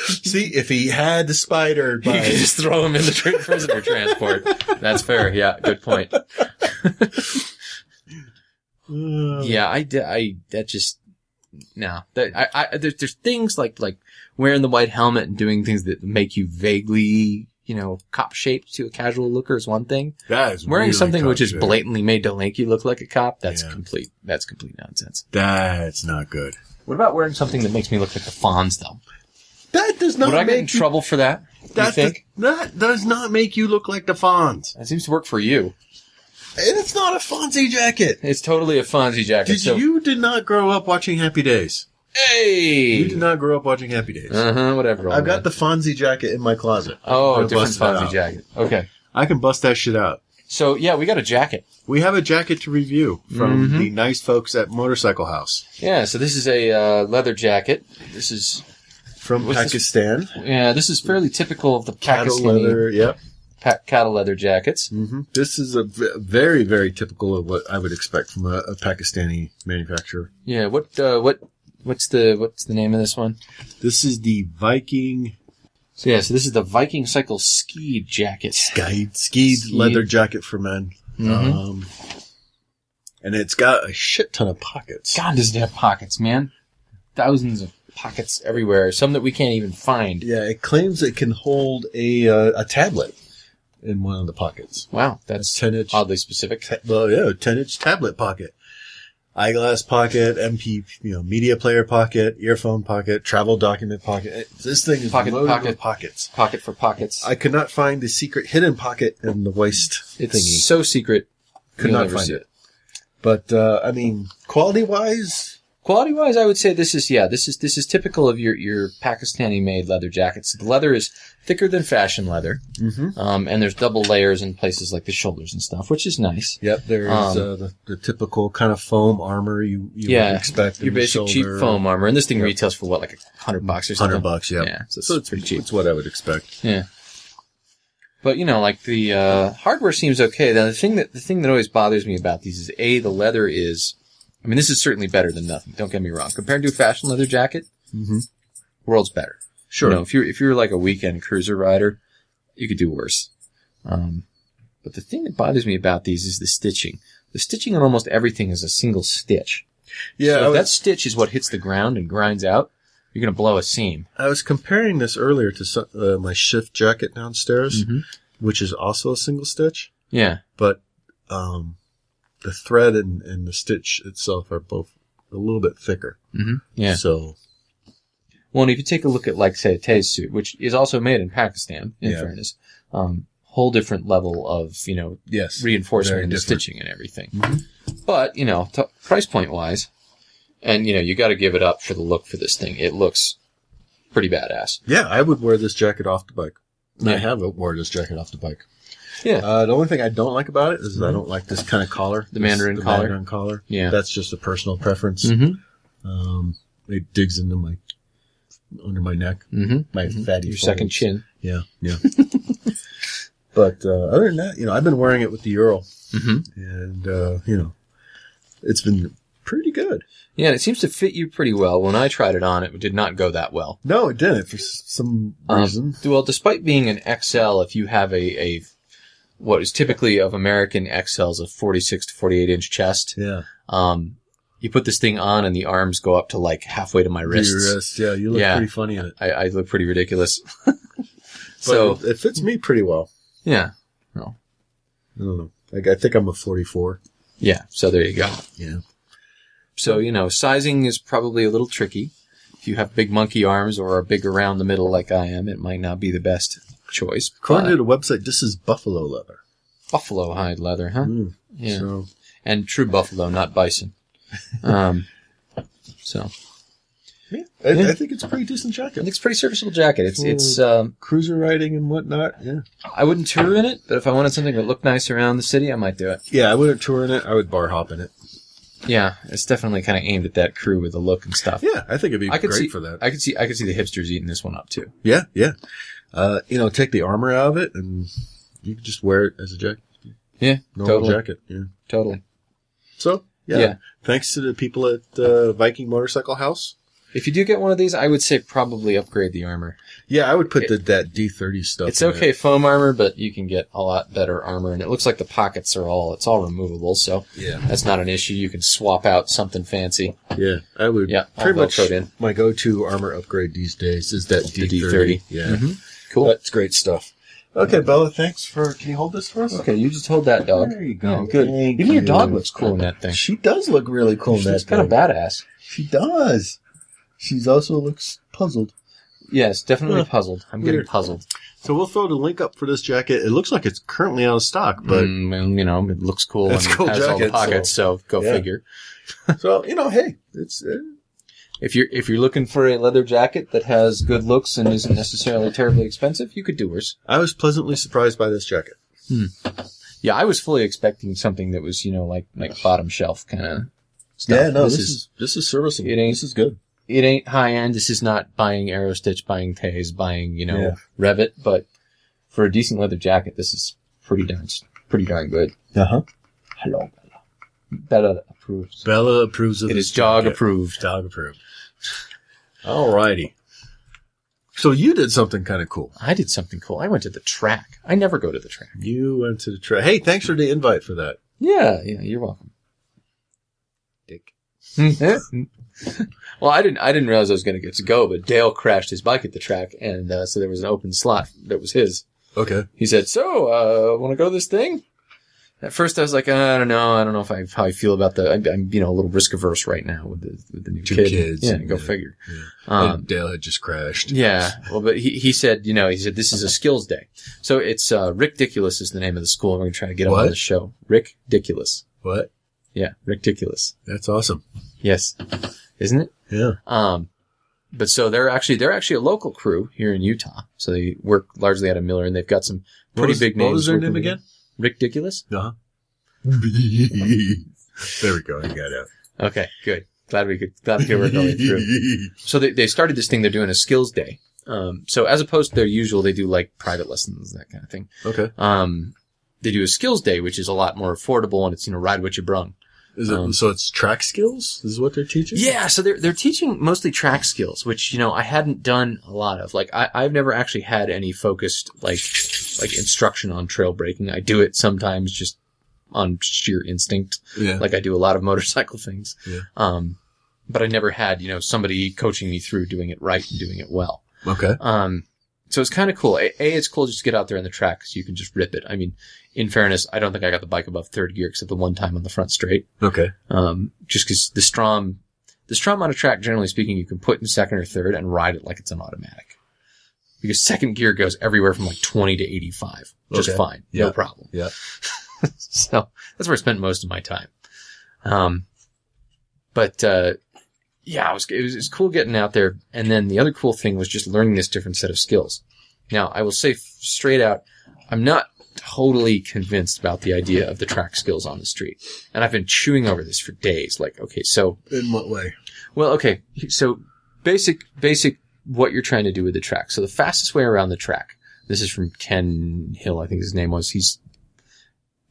B: See, if he had the spider
C: you could
B: bite,
C: just throw him in the tra- prisoner transport. That's fair. Yeah, good point.
B: Uh,
C: Yeah, I, d- I- that just no. That, I, I there's, there's things like like wearing the white helmet and doing things that make you vaguely you know cop shaped to a casual looker is one thing.
B: that is
C: Wearing
B: really
C: something which is
B: toxic.
C: blatantly made to make you look like a cop that's
B: Yeah.
C: complete that's complete nonsense.
B: That's not good.
C: What about wearing something that makes me look like the Fonz though?
B: That does not
C: Would I
B: make
C: get in
B: you,
C: trouble for that? Do you
B: that, does,
C: think
B: that does not make you look like the Fonz.
C: that seems to work for you?
B: And it's not a Fonzie jacket.
C: It's totally a Fonzie jacket.
B: Did
C: so
B: you did not grow up watching Happy Days? You did
C: hey,
B: not grow up watching Happy Days.
C: uh huh, whatever. old
B: I've
C: man.
B: got the Fonzie jacket in my closet.
C: oh
B: I'll
C: a
B: bust
C: different
B: that
C: Fonzie
B: out.
C: jacket. Okay,
B: I can bust that shit out.
C: so yeah, we got a jacket.
B: We have a jacket to review from
C: Mhm.
B: the nice folks at Motorcycle House
C: Yeah, so this is a uh, leather jacket. This is
B: from
C: What's this?
B: Pakistan.
C: yeah, this is fairly typical of the
B: Cattle
C: Pakistani
B: leather. Yep.
C: Pa- cattle leather jackets.
B: hmm This is a v- very, very typical of what I would expect from a, a Pakistani manufacturer.
C: Yeah, what uh, what what's the what's the name of this one?
B: This is the Viking
C: So yeah, so this is the Viking Cycle ski jacket.
B: guide ski
C: Ski.
B: leather jacket for men.
C: Mhm.
B: Um, and it's got a shit ton of pockets.
C: God, does it have pockets, man? Thousands of pockets everywhere. Some that we can't even find.
B: Yeah, it claims it can hold a uh, a tablet in one of the pockets.
C: Wow,
B: It's
C: that's
B: ten inch.
C: oddly specific.
B: ta- well, yeah, ten inch tablet pocket, eyeglass pocket, MP, you know, media player pocket, earphone pocket, travel document pocket. It- This thing is
C: Pocket,
B: loaded
C: pocket.
B: with pockets.
C: Pocket for pockets.
B: I could not find the secret hidden pocket in the waist
C: it's
B: thingy.
C: so secret.
B: could
C: you'll
B: not
C: never
B: find
C: see
B: it. But uh, I mean, quality wise,
C: Quality wise, I would say this is yeah, this is this is typical of your your Pakistani made leather jackets. The leather is thicker than fashion leather,
B: Mhm.
C: um, and there's double layers in places like the shoulders and stuff, which is nice.
B: yep, there is
C: Um,
B: uh, the, the typical kind of foam armor you, you
C: Yeah,
B: would expect.
C: Your basic cheap foam armor, and this thing retails for what like a hundred bucks or something.
B: hundred bucks, yep.
C: Yeah, so
B: so
C: it's
B: it's
C: pretty cheap.
B: It's what I would expect.
C: Yeah. But you know, like the uh, hardware seems okay. Now, the thing that the thing that always bothers me about these is a the leather is. I mean, this is certainly better than nothing. Don't get me wrong. Compared to a fashion leather jacket,
B: Mhm.
C: world's better.
B: Sure,
C: You know, if you're if you're like a weekend cruiser rider, you could do worse. Um, but the thing that bothers me about these is the stitching. The stitching on almost everything is a single stitch.
B: yeah.
C: So
B: I
C: if that
B: was,
C: stitch is what hits the ground and grinds out, you're gonna blow a seam.
B: I was comparing this earlier to so- uh, my shift jacket downstairs,
C: Mhm.
B: which is also a single stitch,
C: Yeah.
B: but um, the thread and, and the stitch itself are both a little bit thicker.
C: Mm-hmm. Yeah.
B: So
C: Well, and if you take a look at like say a Tay's suit, which is also made in Pakistan, in
B: Yeah.
C: fairness, um, whole different level of you know
B: Yes.
C: reinforcement
B: Very
C: and the
B: different. Mm-hmm.
C: stitching and everything. But you know, t- price point wise, and you know, you got to give it up for the look for this thing. It looks pretty badass.
B: Yeah, I would wear this jacket off the bike. I
C: Yeah.
B: have wore this jacket off the bike.
C: Yeah.
B: Uh, the only thing I don't like about it is I don't like this kind of collar.
C: The
B: this-
C: Mandarin collar.
B: Mandarin collar.
C: Yeah.
B: That's just a personal preference.
C: Mm-hmm.
B: Um, it digs into my under my neck,
C: Mm-hmm.
B: my fatty.
C: Your second
B: folds.
C: chin.
B: Yeah, yeah. but uh, other than that, you know, I've been wearing it with the Ural,
C: Mm-hmm.
B: and uh, you know, it's been pretty good.
C: Yeah, and it seems to fit you pretty well. When I tried it on, it did not go that well.
B: No, it didn't for s- some
C: Um,
B: reason.
C: well, despite being an XL, if you have a, a what is typically of American XLs a 46 to 48 inch chest,
B: yeah,
C: um, you put this thing on and the arms go up to like halfway to my wrists.
B: Your wrist. Yeah, you look
C: Yeah.
B: pretty funny in it.
C: I, I look pretty ridiculous.
B: But
C: so
B: it, it fits me pretty well.
C: yeah,
B: I don't know. Like I think I'm a 44.
C: yeah. So there you go.
B: Yeah.
C: So you know, sizing is probably a little tricky. If you have big monkey arms or are big around the middle like I am, it might not be the best choice.
B: According
C: but
B: to the website, this is buffalo leather.
C: buffalo hide leather, huh?
B: Mm,
C: Yeah.
B: So
C: and true buffalo, not bison. Um, so
B: I,
C: Yeah.
B: I think it's a pretty decent
C: I
B: jacket.
C: think it's a pretty serviceable jacket. It's
B: For-
C: it's um,
B: Cruiser riding and whatnot. Yeah.
C: I wouldn't tour in it, but if I wanted something that looked nice around the city, I might do it.
B: Yeah, I wouldn't tour in it. I would bar hop in it.
C: Yeah, it's definitely kind of aimed at that crew with the look and stuff.
B: Yeah, I think it'd be
C: I could
B: great
C: see
B: for that.
C: I could see I could see the hipsters eating this one up too.
B: Yeah, yeah. Uh, you know, take the armor out of it, and you can just wear it as a jacket,
C: Yeah,
B: normal
C: totally,
B: jacket. Yeah.
C: totally.
B: So yeah.
C: Yeah.
B: thanks to the people at uh, Viking Motorcycle House.
C: If you do get one of these, I would say probably upgrade the armor.
B: Yeah, I would put the, that D thirty stuff.
C: It's
B: in
C: okay
B: it.
C: foam armor, but you can get a lot better armor, and it looks like the pockets are all it's all removable, so
B: Yeah,
C: that's not an issue. You can swap out something fancy.
B: yeah. I would.
C: Yeah, all
B: pretty much
C: Velcroed in.
B: my go-to armor upgrade these days is that
C: The
B: D thirty.
C: D30.
B: Yeah,
C: Cool. Mm-hmm.
B: that's great stuff. Okay, Bella, thanks for. Can you hold this for us?
C: Okay, you just hold that dog.
B: There you go.
C: Yeah, good.
B: Thank
C: Even your
B: you.
C: dog looks cool in that thing.
B: She does look really cool. in
C: She's
B: that
C: kind of
B: thing.
C: badass.
B: She does. She's also looks puzzled.
C: Yes, definitely
B: Huh.
C: puzzled. I'm
B: Weird.
C: getting puzzled.
B: So we'll throw the link up for this jacket. It looks like it's currently out of stock, but
C: Mm, and, you know, it looks cool
B: It's
C: and
B: cool
C: has all the
B: jacket,
C: pockets, so, go
B: Yeah.
C: figure.
B: so you know, hey, it's uh,
C: If you're if you're looking for a leather jacket that has good looks and isn't necessarily terribly expensive, you could do worse.
B: I was pleasantly surprised by this jacket.
C: Yeah, I was fully expecting something that was, you know, like like bottom shelf kind of stuff.
B: this is serviceable.
C: It ain't-
B: is good.
C: it ain't high end. This is not buying Arrow Stitch, buying Tays, buying you know
B: Yeah.
C: Revit, but for a decent leather jacket, this is pretty darn pretty darn good.
B: Uh huh.
C: Hello, Bella. Bella approves.
B: Bella approves of
C: It
B: this
C: is dog
B: jacket.
C: approved.
B: Dog approved. All righty. So you did something kind of cool.
C: I did something cool. I went to the track. I never go to the track.
B: You went to the track. Hey, thanks for the invite for that.
C: Yeah, yeah. You're welcome.
B: Dick.
C: well, I didn't. I didn't realize I was going to get to go, but Dale crashed his bike at the track, and uh, so there was an open slot that was his.
B: Okay.
C: He said, "So, uh, want to go to this thing?" At first, I was like, "Uh, "I don't know. I don't know if I how I feel about the. I'm, I'm you know a little risk averse right now with the with the new
B: Two
C: kid.
B: kids
C: Yeah,
B: and
C: go
B: the-
C: figure.
B: yeah.
C: Um,
B: And Dale had just crashed.
C: yeah. Well, but he he said, you know, he said this is a skills day. So it's uh, Rick Diculous is the name of the school. We're gonna try to get him on
B: What?
C: the show. Rick Diculous.
B: What?
C: Yeah, Rick Diculous.
B: That's awesome.
C: Yes, isn't it?
B: Yeah.
C: Um, but so they're actually they're actually a local crew here in Utah. So they work largely out of Miller, and they've got some
B: What
C: pretty
B: was-
C: big names.
B: What was their
C: working
B: name
C: with
B: again?
C: them. Rick Diculous.
B: Uh huh. there we go. I got out.
C: Okay, good. Glad we could glad we could work our way through. So they, they started this thing. They're doing a skills day. Um, so as opposed to their usual, they do like private lessons that kind of thing.
B: okay.
C: Um, they do a skills day, which is a lot more affordable, and it's you know ride what you brung.
B: Is it,
C: Um,
B: so it's track skills? Is what they're teaching?
C: Yeah, so they're they're teaching mostly track skills, which you know I hadn't done a lot of. Like I, I've never actually had any focused like like instruction on trail braking. I do it sometimes just on sheer instinct.
B: Yeah.
C: like I do a lot of motorcycle things.
B: Yeah.
C: Um, but I never had, you know, somebody coaching me through doing it right and doing it well.
B: okay.
C: Um, so it's kind of cool. A, A, it's cool just to get out there on the track because you can just rip it. I mean, in fairness, I don't think I got the bike above third gear except the one time on the front straight.
B: Okay.
C: Um, just because the Strom, the Strom on a track, generally speaking, you can put in second or third and ride it like it's an automatic. because second gear goes everywhere from like 20 to 85. Just
B: Okay.
C: fine.
B: Yeah.
C: No problem.
B: Yeah.
C: so that's where I spent most of my time. Um, but, uh, yeah, it was, it was, it was cool getting out there. And then the other cool thing was just learning this different set of skills. Now, I will say f- straight out, I'm not totally convinced about the idea of the track skills on the street. And I've been chewing over this for days. Like, okay, so
B: In what way?
C: well, okay. So basic, basic, what you're trying to do with the track. So the fastest way around the track. This is from Ken Hill, I think his name was. He's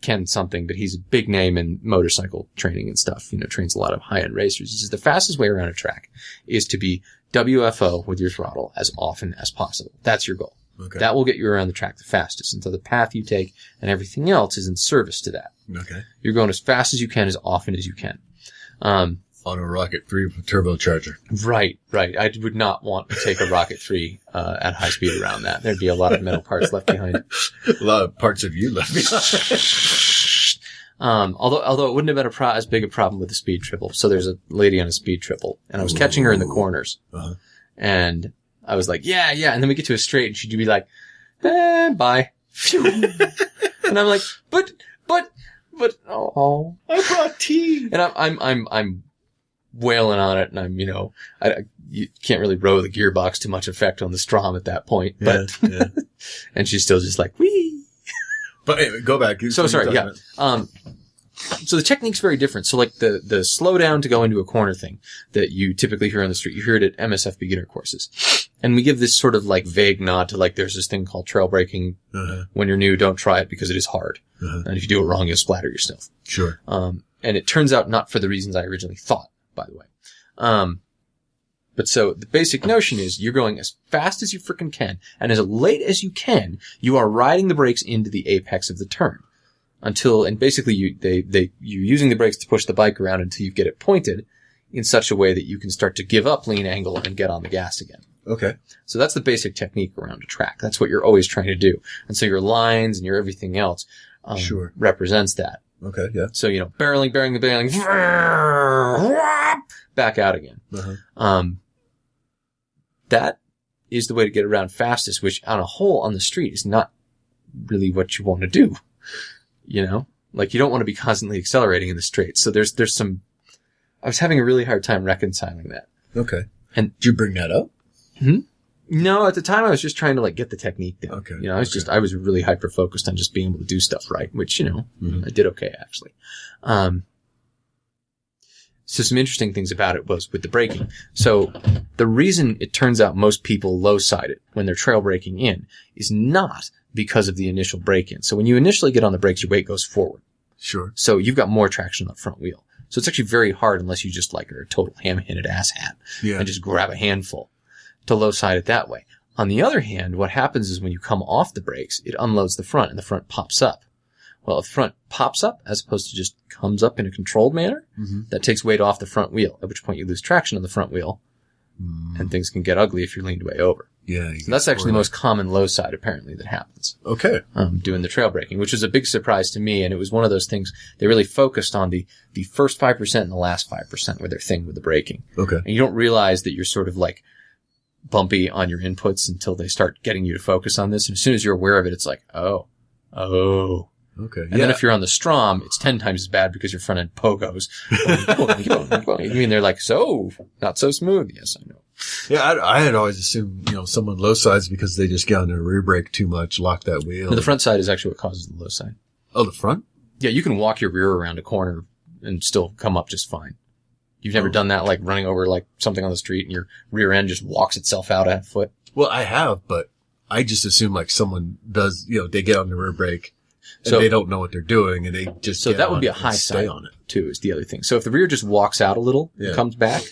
C: Ken something, but he's a big name in motorcycle training and stuff. You know, trains a lot of high end racers. He says the fastest way around a track is to be WFO with your throttle as often as possible. That's your goal.
B: Okay.
C: That will get you around the track the fastest. And so the path you take and everything else is in service to that.
B: okay.
C: You're going as fast as you can, as often as you can. Um,
B: Auto rocket three turbocharger.
C: Right, right. I would not want to take a Rocket 3 uh, at high speed around that. There'd be a lot of metal parts left behind.
B: A lot of parts of you left behind.
C: Um, although, although it wouldn't have been a pro- as big a problem with the speed triple. So there's a lady on a speed triple, and I was catching her in the
B: Ooh.
C: corners,
B: Uh-huh.
C: and I was like, "Yeah, yeah." And then we get to a straight, and she'd be like, eh, "Bye," Phew. and I'm like, "But, but, but, oh."
B: I brought tea.
C: and I'm I'm I'm I'm wailing on it, and I'm you know I, I- you can't really row the gearbox to much effect on the Strom at that point,
B: Yeah,
C: but
B: yeah.
C: and she's still just like wee.
B: But anyway, go back. You-
C: So
B: you
C: sorry,
B: talk
C: yeah.
B: about-
C: Um, so the technique's very different. So like the the slow down to go into a corner thing that you typically hear on the street, you hear it at MSF beginner courses, and we give this sort of like vague nod to like there's this thing called trail braking.
B: Uh-huh,
C: When you're new, don't try it because it is hard,
B: Uh-huh.
C: and if you do it wrong, you'll splatter yourself.
B: sure.
C: Um, and it turns out not for the reasons I originally thought, by the way. Um, but so the basic notion is you're going as fast as you frickin' can, and as late as you can, you are riding the brakes into the apex of the turn until, and basically you, they, they, you're using the brakes to push the bike around until you get it pointed in such a way that you can start to give up lean angle and get on the gas again.
B: Okay.
C: So that's the basic technique around a track. That's what you're always trying to do. And so your lines and your everything else, um,
B: Sure.
C: represents that.
B: Okay. Yeah.
C: So, you know, barreling, barreling, barreling, vrrr, whap, back out again.
B: Uh-huh.
C: Um, that is the way to get around fastest, which on a whole on the street is not really what you want to do. You know, like you don't want to be constantly accelerating in the straights. So there's, there's some, I was having a really hard time reconciling that.
B: Okay.
C: And-
B: did you bring that up?
C: No, at the time I was just trying to like get the technique down.
B: Okay,
C: You know, I was
B: okay.
C: just, I was really hyper focused on just being able to do stuff right, which, you know,
B: Mhm.
C: I did okay actually. Um, so some interesting things about it was with the braking. So the reason it turns out most people low side it when they're trail braking in is not because of the initial break in. So when you initially get on the brakes, your weight goes forward.
B: Sure.
C: So you've got more traction on the front wheel. So it's actually very hard unless you just like are a total ham-handed asshat
B: Yeah.
C: and just grab a handful to low side it that way. On the other hand, what happens is when you come off the brakes, it unloads the front and the front pops up. Well, if the front pops up as opposed to just comes up in a controlled manner,
B: Mhm.
C: that takes weight off the front wheel, at which point you lose traction on the front wheel
B: Mm,
C: and things can get ugly if you're leaned way over.
B: yeah. you
C: So that's
B: get
C: actually the
B: forward.
C: most common low side apparently that happens
B: Okay.
C: um, doing the trail braking, which was a big surprise to me. And it was one of those things they really focused on the, the first 5% and the last 5% were their thing with the braking.
B: Okay.
C: And you don't realize that you're sort of like bumpy on your inputs until they start getting you to focus on this. And as soon as you're aware of it, it's like, oh, oh.
B: Okay.
C: And then if you're on the Strom, it's 10 times as bad because your front end pogos. I mean, they're like, so, not so smooth. Yes, I know.
B: Yeah, I, I had always assumed, you know, someone low sides because they just get on their rear brake too much, lock that wheel.
C: But the front side is actually what causes the low side.
B: oh, the front?
C: Yeah, you can walk your rear around a corner and still come up just fine. You've never done that, like running over like something on the street and your rear end just walks itself out at foot.
B: Well, I have, but I just assume like someone does, you know, they get on the rear brake and
C: So-
B: they don't know what they're doing and they just
C: So
B: get
C: that
B: on
C: would be a
B: it and
C: high
B: stay
C: side
B: on it.
C: too. Is the other thing. So if the rear just walks out a little,
B: Yeah.
C: and comes back,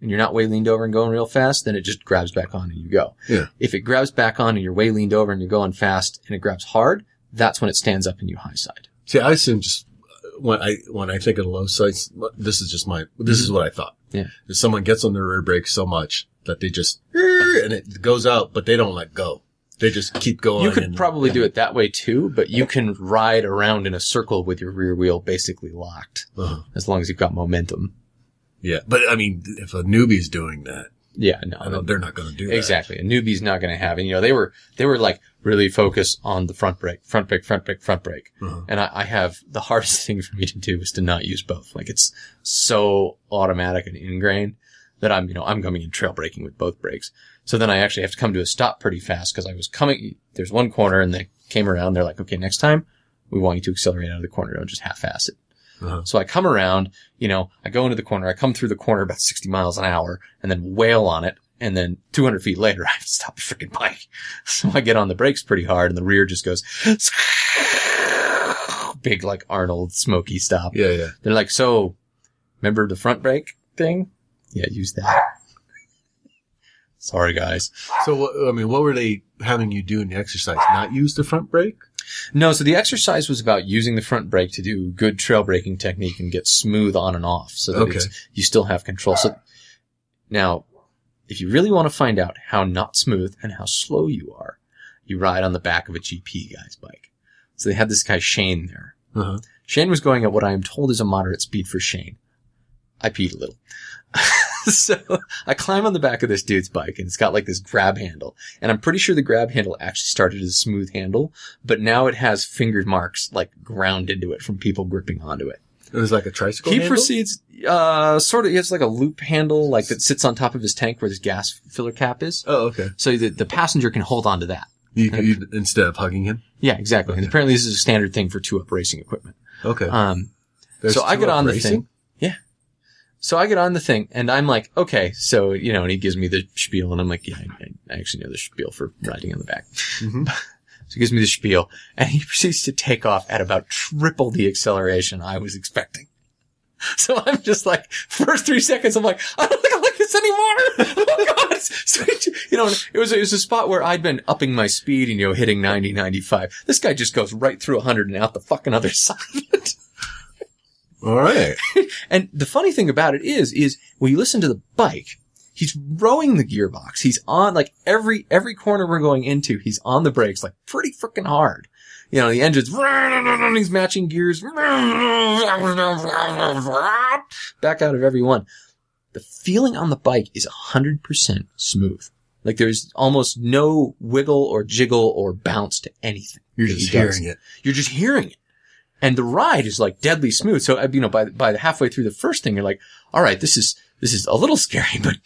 C: and you're not way leaned over and going real fast, then it just grabs back on and you go.
B: Yeah.
C: If it grabs back on and you're way leaned over and you're going fast and it grabs hard, that's when it stands up and you high side.
B: See, I assume just uh, when I when I think of low sides, this is just my this is what I thought.
C: Mm-hmm. Yeah.
B: if someone gets on their rear brake so much that they just and it goes out, but they don't let go. They just keep going.
C: you could
B: and-
C: probably do it that way too, but you can ride around in a circle with your rear wheel basically locked
B: Uh-huh.
C: as long as you've got momentum.
B: Yeah, but I mean, if a newbie's doing that,
C: Yeah, no,
E: I know they're not going to do that.
C: exactly. A newbie's not going to have, and you know they were they were like really focused on the front brake, front brake, front brake, front brake.
E: Uh-huh.
C: And I, I have the hardest thing for me to do is to not use both. Like it's so automatic and ingrained that I'm, you know, I'm coming in trail braking with both brakes. So then I actually have to come to a stop pretty fast because I was coming. There's one corner and they came around. They're like, okay, next time we want you to accelerate out of the corner. Don't just half-ass it.
E: Uh-huh.
C: So I come around, you know, I go into the corner, I come through the corner about 60 miles an hour and then wail on it. And then 200 feet later, I have to stop the freaking bike. So I get on the brakes pretty hard and the rear just goes big, like Arnold smoky stop.
E: Yeah, yeah.
C: They're like, so remember the front brake thing? Yeah, use that. Sorry guys.
B: So, what- I mean, what were they having you do in the exercise? Not use the front brake?
C: No, so the exercise was about using the front brake to do good trail braking technique and get smooth on and off so that
E: Okay.
C: it's, you still have control. So now, if you really want to find out how not smooth and how slow you are, you ride on the back of a GP guy's bike. So they had this guy Shane there.
E: Uh-huh.
C: Shane was going at what I am told is a moderate speed for Shane. I peed a little. so I climb on the back of this dude's bike and it's got like this grab handle. And I'm pretty sure the grab handle actually started as a smooth handle, but now it has fingered marks like ground into it from people gripping onto it.
B: It was like a tricycle.
C: he
B: handle?
C: proceeds, uh, sort of, he has like a loop handle like that sits on top of his tank where his gas filler cap is.
B: Oh, okay.
C: So the, the passenger can hold onto that.
B: You, you, instead of hugging him.
C: Yeah, exactly. And apparently this is a standard thing for two up racing equipment.
B: Okay.
C: Um,
B: There's
C: so I
B: two
C: get
B: up
C: on the
B: racing?
C: thing. Yeah. So I get on the thing and I'm like, okay, so, you know, and he gives me the spiel and I'm like, yeah, I, I actually know the spiel for riding on the back.
B: Mhm.
C: so he gives me the spiel and he proceeds to take off at about triple the acceleration I was expecting. So I'm just like, first three seconds, I'm like, I don't think I like this anymore. Oh God. So, you know, it was, it was a spot where I'd been upping my speed and, you know, hitting 90, 95. This guy just goes right through 100 and out the fucking other side of it.
B: All right.
C: And the funny thing about it is, is when you listen to the bike, he's rowing the gearbox. He's on like every every corner we're going into. He's on the brakes like pretty freaking hard. You know, the engine's he's matching gears back out of every one. The feeling on the bike is 100% smooth. Like there's almost no wiggle or jiggle or bounce to anything.
B: You're
C: that
B: just
C: he does
B: hearing it.
C: you're just hearing it. And the ride is like deadly smooth. So, uh, you know, by, by the halfway through the first thing, you're like, all right, this is, this is a little scary, but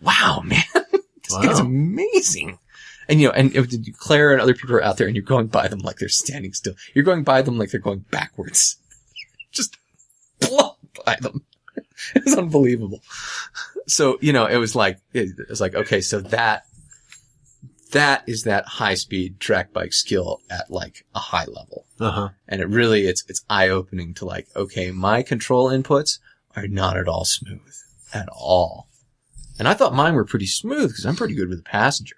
C: wow, man, this
B: Wow.
C: guy's amazing. And you know, and it- Claire and other people are out there and you're going by them like they're standing still. You're going by them like they're going backwards. just blown by them. It was unbelievable. So, you know, it was like, it it was like, okay, so that, that is that high speed track bike skill at like a high level
B: Uh huh.
C: and it really it's it's eye opening to like okay my control inputs are not at all smooth at all and i thought mine were pretty smooth because i'm pretty good with the passenger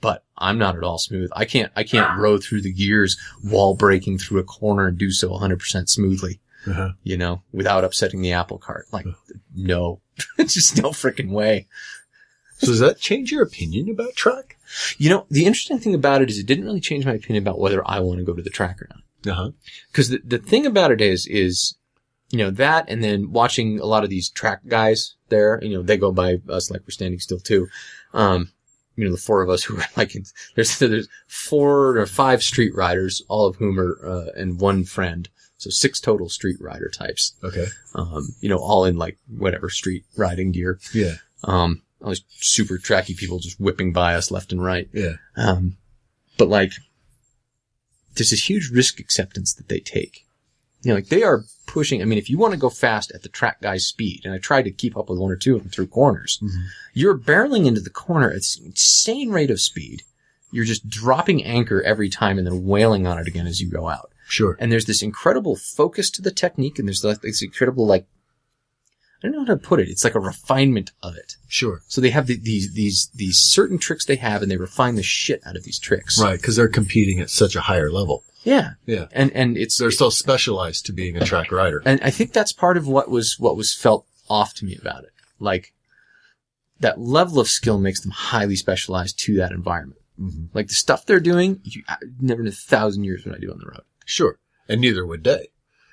C: but i'm not at all smooth i can't i can't row through the gears while breaking through a corner and do so 100% smoothly
B: Uh-huh.
C: you know without upsetting the apple cart like no it's just no freaking way
B: So does that change your opinion about track?
C: You know, the interesting thing about it is it didn't really change my opinion about whether I want to go to the track or not.
B: Uh-huh.
C: Because the, the thing about it is, is, you know, that and then watching a lot of these track guys there, you know, they go by us like we're standing still too. Um, you know, the four of us who are like, in, there's, there's four or five street riders, all of whom are, uh, and one friend. So six total street rider types.
B: Okay.
C: Um, you know, all in like whatever street riding gear.
B: Yeah.
C: Um, all these super tracky people just whipping by us left and right.
B: Yeah.
C: Um, but like, there's this huge risk acceptance that they take. You know, like they are pushing. I mean, if you want to go fast at the track guy's speed, and I tried to keep up with one or two of them through corners, you're barreling into the corner at this insane rate of speed. You're just dropping anchor every time and then wailing on it again as you go out.
B: Sure.
C: And there's this incredible focus to the technique, and there's like this incredible like, I don't know how to put it. It's like a refinement of it.
B: Sure.
C: So they have the, these these these certain tricks they have, and they refine the shit out of these tricks.
B: Right. Because they're competing at such a higher level.
C: Yeah.
B: Yeah.
C: And and it's
B: They're so specialized to being a track rider.
C: and I think that's part of what was what was felt off to me about it. Like that level of skill makes them highly specialized to that environment.
B: Mhm.
C: Like the stuff they're doing, you I- never in a thousand years would I do on the road.
B: Sure. And neither would they.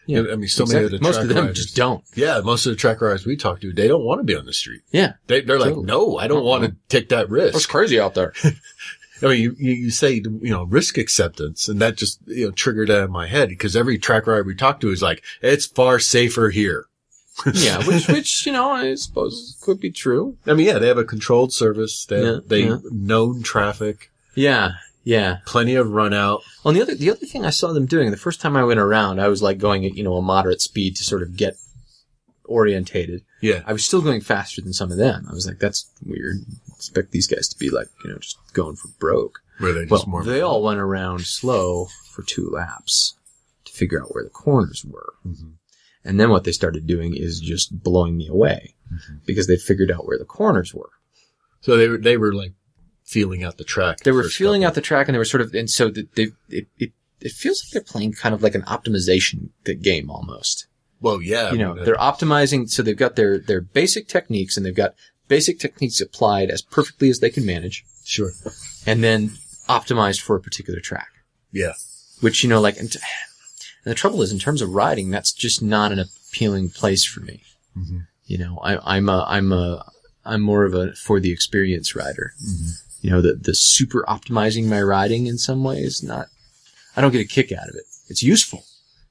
C: Yeah.
B: I mean, so many of
C: Exactly.
B: the
C: Most
B: truck
C: of them
B: riders-
C: just don't.
B: Yeah, most of the truck riders we talk to, they don't want to be on the street.
C: Yeah.
B: They, they're like,
C: Totally. Uh-huh.
B: no, I don't want to take that risk.
C: crazy out there.
B: I mean, you, you you say, you know, risk acceptance and that just, you know, triggered that in my head because every track rider we talk to is like, it's far safer here.
C: yeah, which, which, you know, I suppose could be true.
B: I mean, yeah, they have a controlled service. They,
C: Yeah,
B: they
C: yeah.
B: known traffic,
C: Yeah, yeah.
B: plenty of run out.
C: On the other, the other thing I saw them doing the first time I went around, I was like going at you know a moderate speed to sort of get orientated.
B: Yeah.
C: I was still going faster than some of them. I was like, that's weird. expect these guys to be like you know just going for broke.
B: Where they just
C: Well,
B: more.
C: they all went around slow for two laps to figure out where the corners were.
B: Mhm.
C: And then what they started doing is just blowing me away
B: Mm-hmm.
C: because they figured out where the corners were.
B: So they were, they were like feeling out the track.
C: They were
B: first
C: feeling
B: couple.
C: out the track and they were sort of, and so th- they, it, it, it feels like they're playing kind of like an optimization th- game almost.
B: Well, yeah.
C: you
B: I
C: know,
B: mean,
C: they're optimizing. So they've got their, their basic techniques and they've got basic techniques applied as perfectly as they can manage
B: sure.
C: and then optimized for a particular track.
B: Yeah.
C: which you know like and, t- and the trouble is in terms of riding that's just not an appealing place for me
B: Mhm.
C: you know I, i'm a i'm a i'm more of a for the experience rider you know the the super optimizing my riding in some ways not i don't get a kick out of it it's useful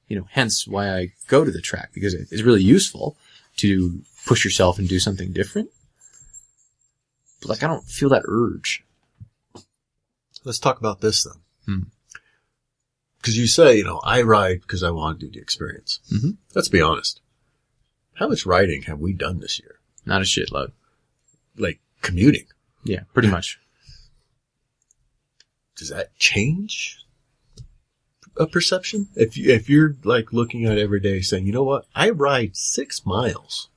C: you know hence why i go to the track because it- it's really useful to push yourself and do something different but like i don't feel that urge
B: Let's talk about this then.
C: Hmm.
B: Because you say, you know, I ride because I want to do the experience.
C: Mhm.
B: Let's be honest. How much riding have we done this year?
C: not a shitload
B: Like commuting.
C: yeah pretty much
B: Does that change a perception? If you, if you're like looking at every day saying, you know what, I ride six miles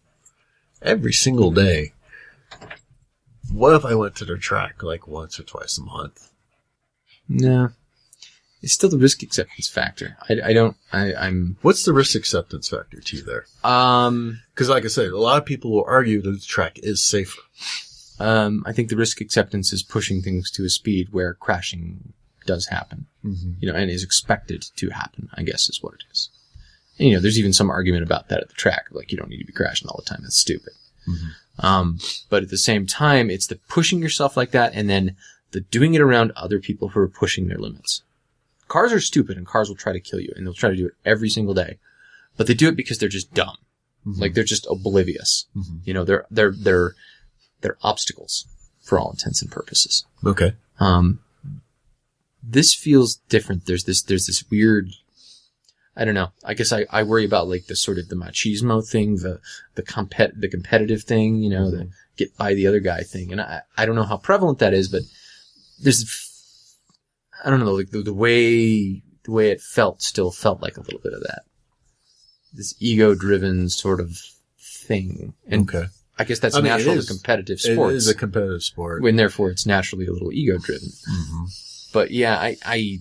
B: every single day. What if I went to the track like once or twice a month?
C: No. It's still the risk acceptance factor. I, I don't, I, I'm,
B: What's the risk acceptance factor to you there?
C: um,
B: Because, like I said, a lot of people will argue that the track is safer.
C: um, I think the risk acceptance is pushing things to a speed where crashing does happen,
B: Mm-hmm.
C: you know, and is expected to happen, I guess is what it is. And, you know, there's even some argument about that at the track. Like, you don't need to be crashing all the time. That's stupid.
B: Mhm.
C: Um, but at the same time, it's the pushing yourself like that and then the doing it around other people who are pushing their limits. Cars are stupid and cars will try to kill you and they'll try to do it every single day, but they do it because they're just dumb. Like they're just oblivious.
B: Mhm.
C: You know, they're, they're, they're, they're obstacles for all intents and purposes.
B: Okay.
C: Um, this feels different. There's this, there's this weird, I don't know. I guess I, I worry about like the sort of the machismo thing, the, the compet, the competitive thing, you know, the
B: Mm-hmm.
C: get by the other guy thing. And I, I don't know how prevalent that is, but there's, f- I don't know, like the, the way, the way it felt still felt like a little bit of that. This ego driven sort of thing. And
B: okay.
C: I guess that's
B: I mean, it
C: natural
B: is-
C: to competitive
B: It
C: sports
B: is a competitive sport.
C: and therefore it's naturally a little ego driven.
B: Mm-hmm.
C: But yeah, I, I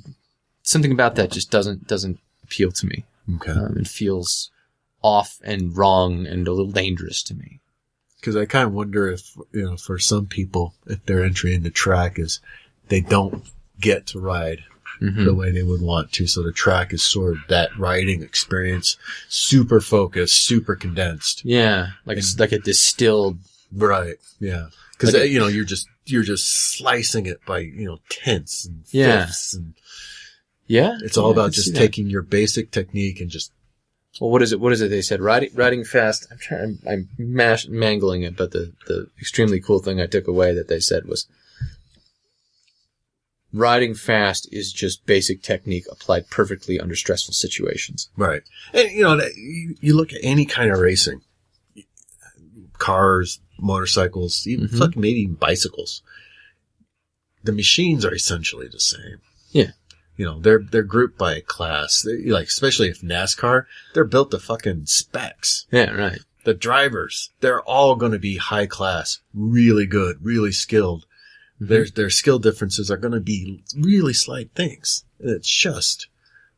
C: something about that just doesn't doesn't appeal to me.
B: Okay.
C: Um, it feels off and wrong and a little dangerous to me.
B: Because I kind of wonder if, you know, for some people, if their entry into track is they don't get to ride
C: Mhm.
B: the way they would want to. So the track is sort of that riding experience, super focused, super condensed.
C: Yeah, like it's like a distilled.
B: Right. Yeah. Because,
C: Like-
B: you know, you're just, you're just slicing it by, you know, tenths and
C: Yeah.
B: fifths. And
C: Yeah,
B: it's all
C: yeah, I
B: about
C: can see
B: just
C: that.
B: taking your basic technique and just
C: Well, what is it? What is it they said? Riding, riding fast. I'm trying. I'm, I'm mash, mangling it, but the the extremely cool thing I took away that they said was riding fast is just basic technique applied perfectly under stressful situations.
B: Right. And, you know, that- you, you look at any kind of racing, cars, motorcycles, even
C: Mhm.
B: fucking maybe even bicycles. The machines are essentially the same.
C: Yeah.
B: You know, they're, they're grouped by class. They, like, especially if NASCAR, they're built to fucking specs.
C: Yeah, right.
B: The drivers, they're all going to be high class, really good, really skilled.
C: Mm-hmm.
B: Their, their skill differences are going to be really slight things. And it's just,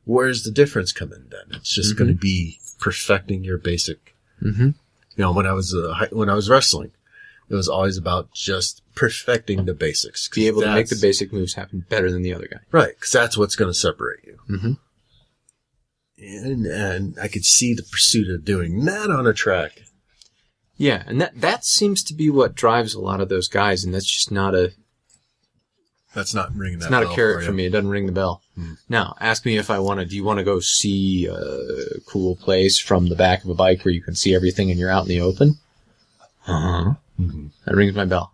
B: where's the difference come in then? It's just
C: Mhm.
B: going to be perfecting your basic.
C: Mm-hmm.
B: You know, when I was, uh, hi- when I was wrestling, it was always about just perfecting the basics. 'Cause
C: Be able to make the
B: that's-
C: basic moves happen better than the other guy.
B: Right. Cause that's what's going to separate you.
C: Mm-hmm.
B: and, and I could see the pursuit of doing that on a track.
C: Yeah, and that that seems to be what drives a lot of those guys, and that's just not a
B: That's not ringing that.
C: it's not
B: bell
C: a carrot
B: you. Hmm.
C: for me. It doesn't ring the bell. Now, ask me if I want to. Do you want to go see a cool place from the back of a bike where you can see everything and you're out in the open? Uh-huh.
B: Mhm.
C: That rings my bell.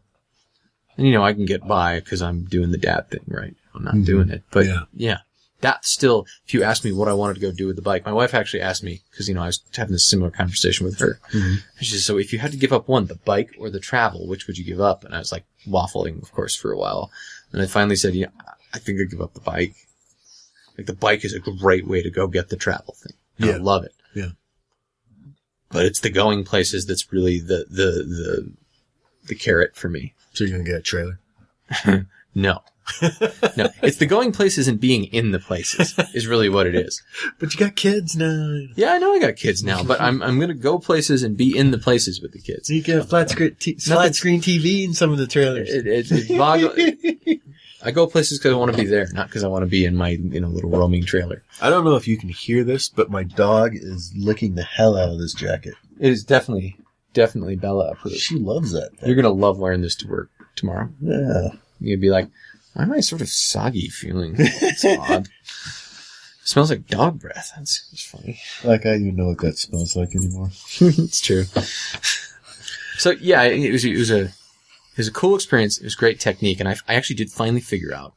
C: And you know, I can get by because I'm doing the dad thing, right? I'm not
B: Mhm.
C: doing it, but
B: Yeah.
C: yeah. That's still, if you asked me what I wanted to go do with the bike, my wife actually asked me, because, you know, I was having this similar conversation with her.
B: Mm-hmm.
C: She says, So if you had to give up one, the bike or the travel, which would you give up? And I was like, waffling, of course, for a while. And I finally said, You know, I think I'd give up the bike. Like, the bike is a great way to go get the travel thing. And I
B: Yeah.
C: love it.
B: Yeah.
C: But it's the going places that's really the, the, the, the carrot for me.
B: So you're gonna get a trailer.
C: No. no. It's the going places and being in the places is really what it is.
B: But you got kids now.
C: Yeah, I know I got kids now, but I'm I'm gonna go places and be in the places with the kids.
B: So you get a flat screen, t- flat screen TV in some of the trailers.
C: It, it, it boggle- I go places because I want to be there, not because I want to be in my you know little roaming trailer.
B: I don't know if you can hear this, but my dog is licking the hell out of this jacket.
C: It is definitely definitely Bella up for this.
B: She loves that.
C: You're
B: Thing.
C: gonna love wearing this to work tomorrow.
B: Yeah.
C: You'd be like, why am I sort of soggy feeling? It's odd. smells like dog breath. That's, that's funny.
B: Like I don't even know what that smells like anymore.
C: it's true. So yeah, it was it was a it was a cool experience. It was great technique, and I I actually did finally figure out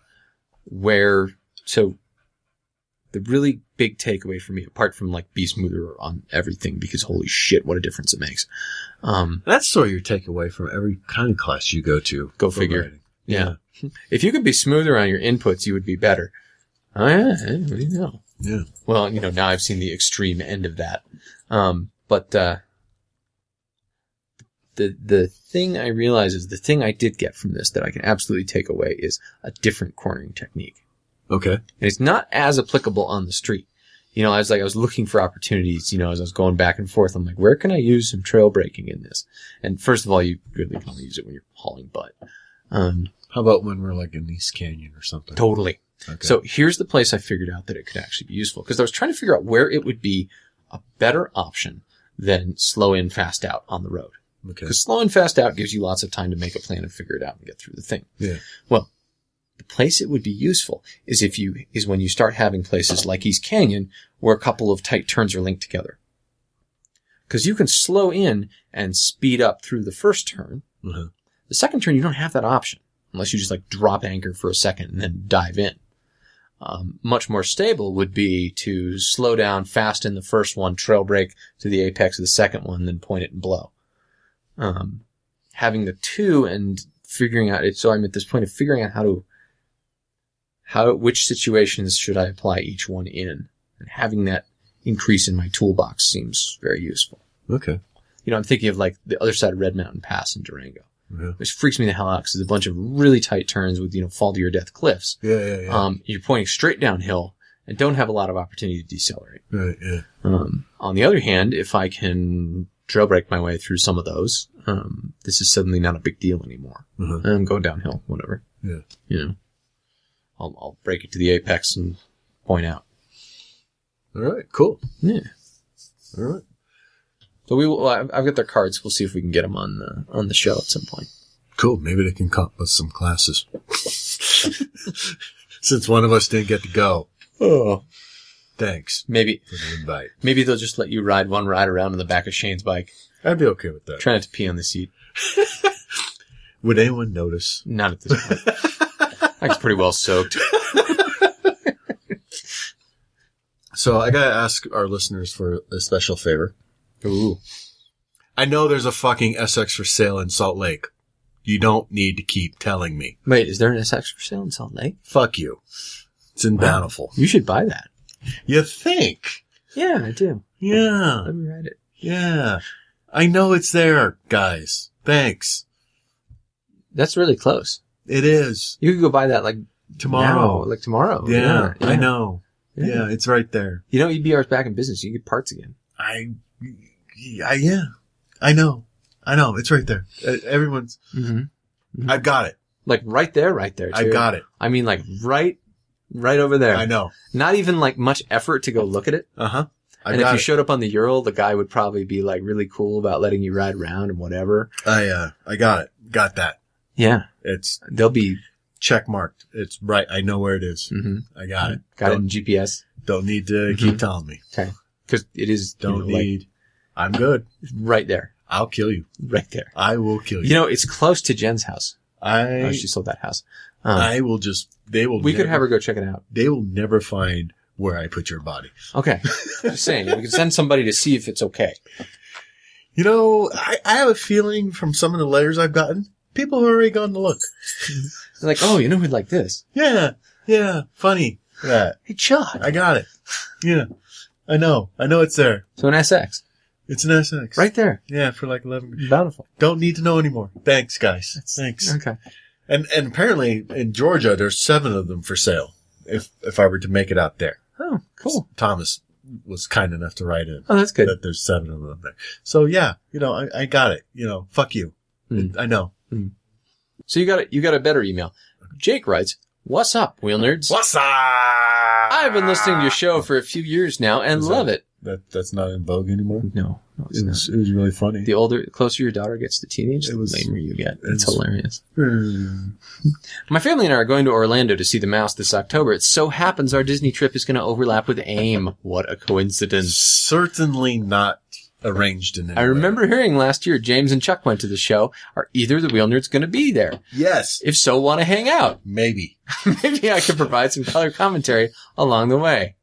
C: where. So the really big takeaway for me, apart from like be smoother on everything, because holy shit, what a difference it makes. Um,
B: That's sort of your takeaway from every kind of class you go to.
C: Go
B: for
C: figure.
B: riding.
C: yeah. if you could be smoother on your inputs, you would be better. Oh yeah, eh, what do you know?
B: Yeah.
C: Well, you know, now I've seen the extreme end of that. Um, but uh, the the thing I realize is the thing I did get from this that I can absolutely take away is a different cornering technique,
B: Okay.
C: and it's not as applicable on the street. You know, I was like, I was looking for opportunities. You know, as I was going back and forth, I'm like, where can I use some trail braking in this? And first of all, you really can only use it when you're hauling butt. Um,
B: How about when we're like in East Canyon or something?
C: totally.
B: Okay.
C: So here's the place I figured out that it could actually be useful because I was trying to figure out where it would be a better option than slow in, fast out on the road.
B: okay.
C: Because slow in, fast out gives you lots of time to make a plan and figure it out and get through the thing.
B: Yeah.
C: Well, the place it would be useful is if you is when you start having places like East Canyon where a couple of tight turns are linked together. Because you can slow in and speed up through the first turn.
B: Uh-huh.
C: The second turn, you don't have that option unless you just like drop anchor for a second and then dive in. Um, much more stable would be to slow down fast in the first one, trail break to the apex of the second one, then point it and blow. Um, having the two and figuring out it, so I'm at this point of figuring out how to, how, which situations should I apply each one in? And having that increase in my toolbox seems very useful.
B: Okay.
C: You know, I'm thinking of like the other side of Red Mountain Pass in Durango
B: Yeah.
C: which freaks me the hell out because there's a bunch of really tight turns with you know fall to your death cliffs.
B: Yeah. Yeah. Yeah.
C: Um, you're pointing straight downhill and don't have a lot of opportunity to decelerate.
B: right. Yeah.
C: Um, on the other hand, if I can trail break my way through some of those, um, this is suddenly not a big deal anymore.
B: Uh-huh.
C: I'm going downhill, whatever.
B: Yeah.
C: You know, I'll, I'll break it to the apex and point out.
B: All right. Cool.
C: Yeah.
B: All right.
C: So we will. I've I've got their cards. We'll see if we can get them on the on the show at some point.
B: Cool. Maybe they can come up with some classes. Since one of us didn't get to go,
C: Oh,
B: thanks
C: maybe
B: for the invite.
C: maybe they'll just let you ride one ride around in the back of Shane's bike.
B: I'd be okay with that.
C: Try not to pee on the seat.
B: Would anyone notice?
C: Not at this point. That's pretty well soaked.
B: So I gotta ask our listeners for a special favor.
C: Ooh.
B: I know there's a fucking SX for sale in Salt Lake. You don't need to keep telling me.
C: Wait, is there an SX for sale in Salt Lake?
B: Fuck you. It's in
C: Wow.
B: Bountiful.
C: You should buy that.
B: You think?
C: Yeah, I do.
B: Yeah.
C: me write it.
B: Yeah. I know it's there, guys. Thanks.
C: That's really close.
B: It is.
C: You could go buy that like now,
B: Tomorrow.
C: like tomorrow.
B: yeah,
C: Yeah,
B: I know.
C: yeah.
B: yeah, it's right there.
C: You know, EBR's back in business. You can get parts again.
B: I, I yeah, I know, I know. It's right there. Uh, everyone's.
C: Mm-hmm.
B: I've got it.
C: Like right there, right there.
B: I've
C: too.
B: got it.
C: I mean, like right Right over there.
B: I know.
C: Not even like much effort to go look at it.
B: Uh huh. I
C: and if
B: got
C: you
B: it.
C: showed up on the Ural, the guy would probably be like really cool about letting you ride around and whatever.
B: I uh, I got it. Got that.
C: Yeah.
B: It's
C: They'll be,
B: check marked. It's right. I know where it is.
C: hmm
B: I Mm-hmm. got it.
C: got it
B: don't,
C: in GPS.
B: Don't need to keep telling me.
C: Cause it is, Mm-hmm. you
B: Don't
C: know, like,
B: need. I'm good.
C: right there,
B: I'll kill you.
C: right there.
B: I will kill you.
C: You know, it's close to Jen's house.
B: I
C: Oh, she sold that house. Um,
B: I will just. They will.
C: we could
B: never-
C: have her go check it out.
B: They will never find where I put your body.
C: Okay. Just saying, we could send somebody to see if it's okay.
B: You know, I, I have a feeling from some of the letters I've gotten, people have already gone to look.
C: They're like, oh, you know, we'd like this.
B: Yeah, yeah, funny that.
C: Hey, Chuck.
B: I got it. Yeah, I know. I know it's there.
C: So an SX,
B: It's an SX.
C: right there,
B: Yeah, for like 11.
C: bountiful.
B: Don't need to know anymore. Thanks, guys. Thanks.
C: Okay.
B: And, and apparently in Georgia, there's seven of them for sale. If, if I were to make it out there.
C: Oh, cool.
B: Thomas was kind enough to write in.
C: Oh, that's good.
B: That there's seven of them there. So yeah, you know, I, I got it. You know, fuck you.
C: Mm.
B: I know.
C: So you got a, you got a better email. Jake writes, "What's up, wheel nerds?
B: What's up? I've
C: I've been listening to your show for a few years now and
B: Is
C: love it."
B: That that's not in vogue anymore.
C: No, no, it's
B: It was, it was really funny.
C: not. The older, the closer your daughter gets to teenage,
B: It
C: the
B: was-
C: lamer you get.
B: it's-
C: It's hilarious.
B: Hmm.
C: My family and I are going to Orlando to see the mouse this October. It so happens our Disney trip is going to overlap with AIM. What a coincidence!
B: Certainly not arranged in any
C: I
B: way.
C: remember hearing last year James and Chuck went to the show. Are either of the wheel nerds going to be there?
B: Yes,
C: If so, want to hang out.
B: maybe.
C: Maybe I could provide some color commentary along the way.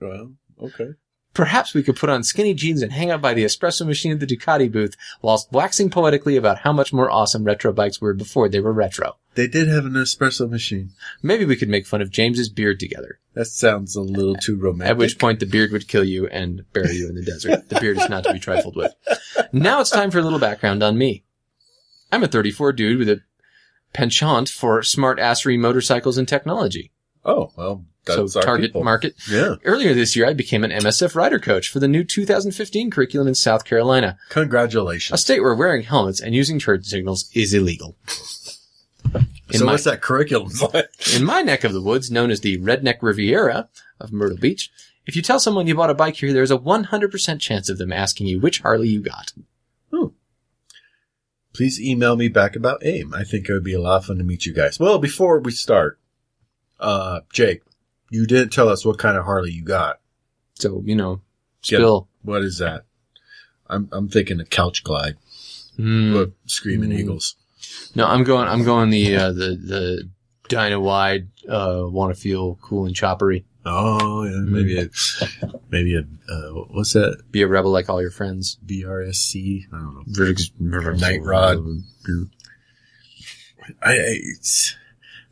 B: Well, okay.
C: Perhaps we could put on skinny jeans and hang out by the espresso machine at the Ducati booth whilst waxing poetically about how much more awesome retro bikes were before they were retro.
B: They did have an espresso machine.
C: Maybe we could make fun of James's beard together.
B: That sounds a little too romantic.
C: At which point the beard would kill you and bury you in the desert. The beard is not to be trifled with. Now it's time for a little background on me. I'm a 34 dude with a penchant for smart assery motorcycles and technology.
B: Oh well, that's
C: so
B: our
C: target
B: people.
C: market.
B: Yeah.
C: Earlier this year, I became an MSF rider coach for the new 2015 curriculum in South Carolina, a
B: Congratulations.
C: state where wearing helmets and using turn signals is illegal. In
B: so
C: my-
B: what's that curriculum like?
C: In my neck of the woods, known as the Redneck Riviera of Myrtle Beach, if you tell someone you bought a bike here, there's a 100% chance of them asking you which Harley you got.
B: please email me back about AIM. I think it would be a lot of fun to meet you guys. Well, before we start, uh, Jake, you didn't tell us what kind of Harley you got.
C: So, you know,
B: Get-
C: spill.
B: What is that? I'm I'm thinking a couch glide,
C: Mm.
B: but screaming
C: Mm.
B: eagles.
C: No, I'm going, I'm going the, uh, the, the Dyna Wide, uh, want to feel cool and choppery.
B: Oh, yeah, maybe a maybe a uh, what's that?
C: Be a rebel like all your friends.
B: BRSC? I don't know.
C: Night
B: Night Rod. I, I it's,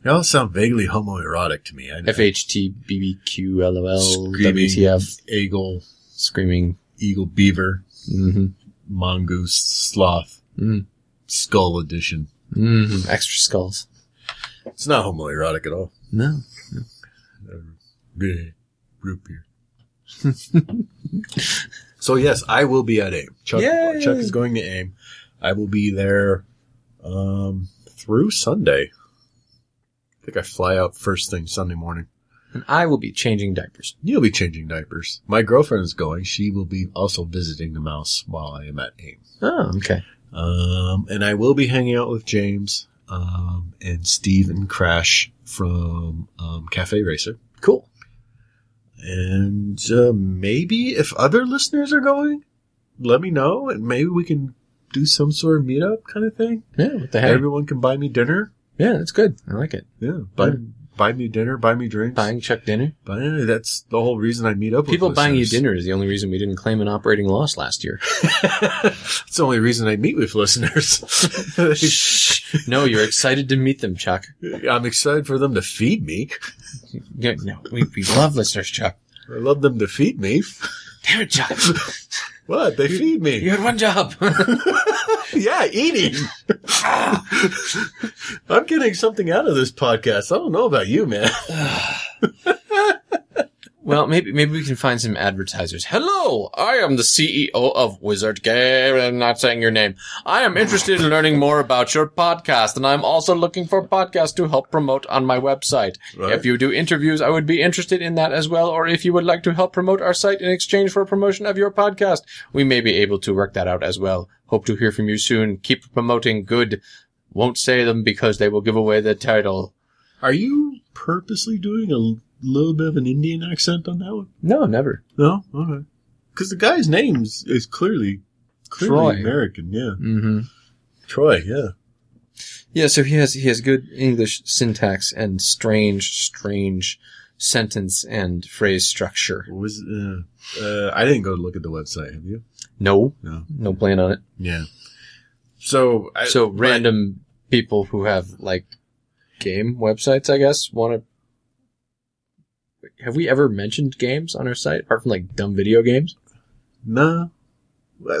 B: they all sound vaguely homoerotic to me. I,
C: FHTBBQLOL,
B: Screaming
C: WTF,
B: eagle,
C: screaming.
B: eagle, beaver,
C: Mm-hmm.
B: mongoose, sloth,
C: Mm.
B: skull edition.
C: Mm-hmm. Extra skulls.
B: It's not homoerotic at all.
C: No.
B: Bleh. Root beer. so yes, I will be at AIM. Chuck,
C: Yay!
B: Chuck is going to AIM. I will be there um, through Sunday. I think I fly out first thing Sunday morning.
C: And I will be changing diapers.
B: You'll be changing diapers. My girlfriend is going. She will be also visiting the mouse while I am at AIM.
C: Oh, okay.
B: Um, and I will be hanging out with James um, and Steve and Crash from um, Cafe Racer.
C: Cool.
B: And uh, maybe if other listeners are going, let me know, and maybe we can do some sort of meetup kind of thing.
C: Yeah, what the heck?
B: Everyone can buy me dinner.
C: yeah, that's good. I like it.
B: Yeah, buy
C: Yeah.
B: buy me dinner, buy me drinks.
C: Buying Chuck dinner.
B: Buy- that's the whole reason I meet up.
C: People
B: with
C: buying you
B: listeners.
C: dinner is the only reason we didn't claim an operating loss last year.
B: it's the only reason I meet with listeners.
C: no, you're excited to meet them, Chuck.
B: I'm excited for them to feed me.
C: Yeah, no, we, we love listeners, Chuck.
B: I love them to feed me.
C: Damn it, Chuck.
B: What? They feed me.
C: You had one job.
B: yeah, eating. I'm getting something out of this podcast. I don't know about you, man.
C: Well, maybe maybe we can find some advertisers. Hello, I am the CEO of Wizard Game. I'm not saying your name. I am interested in learning more about your podcast, and I'm also looking for podcasts to help promote on my website.
B: Right.
C: If you do interviews, I would be interested in that as well. Or if you would like to help promote our site in exchange for promotion of your podcast, we may be able to work that out as well. Hope to hear from you soon. Keep promoting good. Won't say them because they will give away the title.
B: Are you purposely doing a l- little bit of an Indian accent on that one?
C: No, never.
B: No, okay. Because the guy's name is, is clearly clearly
C: Troy.
B: American. Yeah,
C: Mm-hmm.
B: Troy. Yeah.
C: Yeah, so he has he has good English syntax and strange, strange sentence and phrase structure.
B: Was uh, uh, I didn't go look at the website. Have you?
C: No,
B: No.
C: no plan on it.
B: Yeah. So I,
C: so
B: but-
C: random people who have like game websites, I guess, want to. Have we ever mentioned games on our site apart from like dumb video games?
B: No.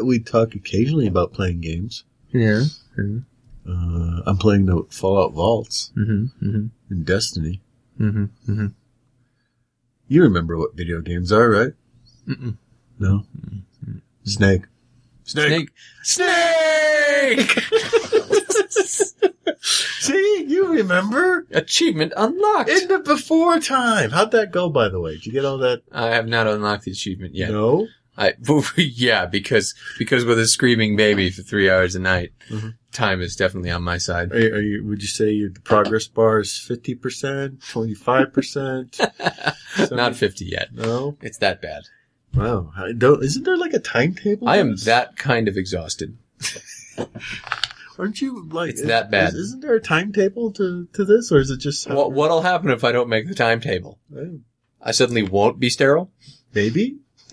B: We talk occasionally about playing games.
C: Yeah.
B: Uh, I'm playing the Fallout Vaults
C: Mm-hmm. Mm-hmm.
B: in Destiny.
C: Mm-hmm. Mm-hmm.
B: You remember what video games are, right?
C: Mm-mm.
B: No. Snake.
C: Snake. Snake.
B: See, you remember?
C: Achievement unlocked.
B: In the before time. How'd that go, by the way? Did you get all that?
C: I have not unlocked the achievement yet.
B: No.
C: I yeah, because because with a screaming baby for three hours a night,
B: Mhm.
C: time is definitely on my side.
B: Are, you- are you, would you say your progress bar is 50%, 25%?
C: Not fifty yet.
B: No.
C: It's that bad.
B: Wow. I don't, isn't there like a timetable?
C: I
B: for
C: am
B: this?
C: that kind of exhausted.
B: Aren't you like
C: It's that bad.
B: Is, not there a timetable to, to this, or is it just
C: What what'll happen if I don't make the timetable? I suddenly won't be sterile.
B: maybe?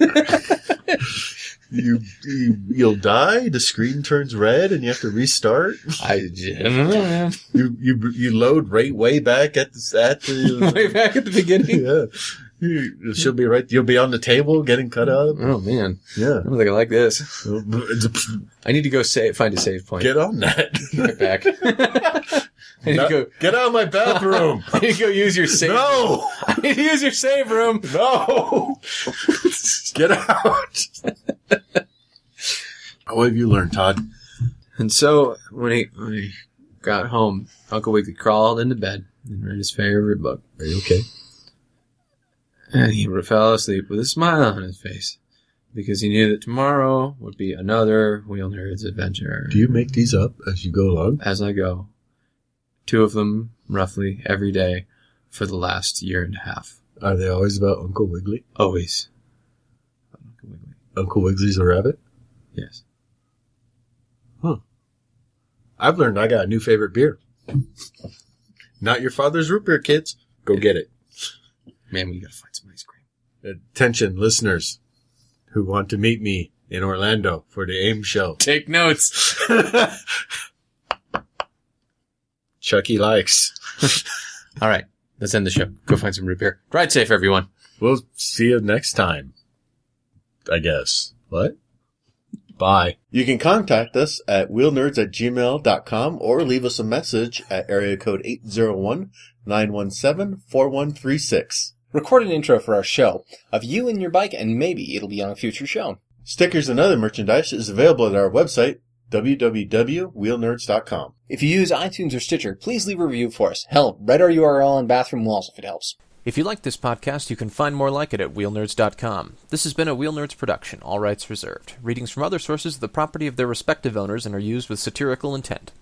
B: you, you you'll die. The screen turns red, and you have to restart.
C: I j-
B: You you you load right way back at the at
C: way
B: the
C: back at the beginning.
B: yeah. You- She'll be right. You'll be on the table getting cut up.
C: Oh man,
B: Yeah.
C: I don't think I like this. I need to go save, find a save point.
B: Get on that.
C: Right back. I need to go.
B: Get out of my bathroom.
C: I need to go use your save.
B: no.
C: I need to use your save room.
B: No! Get out! what have you learned, Todd?
C: And so when he, when he got home, Uncle Wiggily crawled into bed and read his favorite book.
B: Are you okay?
C: And he fell asleep with a smile on his face because he knew that tomorrow would be another Wheel Nerds adventure.
B: Do you make these up as you go along?
C: As I go, two of them roughly every day for the last year and a half.
B: Are they always about Uncle Wiggily?
C: Always. Uncle Wiggily.
B: Uncle Wiggly's a rabbit?
C: Yes.
B: I've learned I got a new favorite beer. Not your father's root beer, kids. Go get it.
C: Man, we gotta find some ice cream.
B: Attention, listeners who want to meet me in Orlando for the AIM show.
C: Take notes.
B: Chucky E. likes.
C: All right. Let's end the show. Go find some root beer. Ride safe, everyone.
B: We'll see you next time. I guess. What? Bye. You can contact us at wheelnerds at gmail.com or leave us a message at area code 801-917-4136.
E: Record an intro for our show of you and your bike, and maybe it'll be on a future show.
B: Stickers and other merchandise is available at our website, www.wheelnerds.com.
E: If you use iTunes or Stitcher, please leave a review for us. Hell, write our URL on bathroom walls if it helps.
F: If you like this podcast, you can find more like it at wheelnerds.com. This has been a Wheel Nerds production, all rights reserved. Readings from other sources are the property of their respective owners and are used with satirical intent.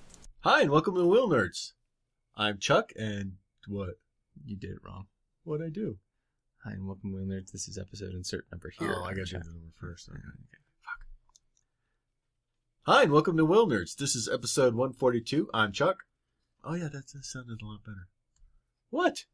B: Hi, and welcome to Wheel Nerds. I'm Chuck, and what?
C: You did it wrong.
B: What'd I do?
C: Hi and welcome, Wheel Nerds. This is episode insert number here.
B: Oh, I gotta do the number first. Okay. Hi, and welcome to Will Nerds. This is episode 142. I'm Chuck. Oh, yeah, that, that sounded a lot better. What?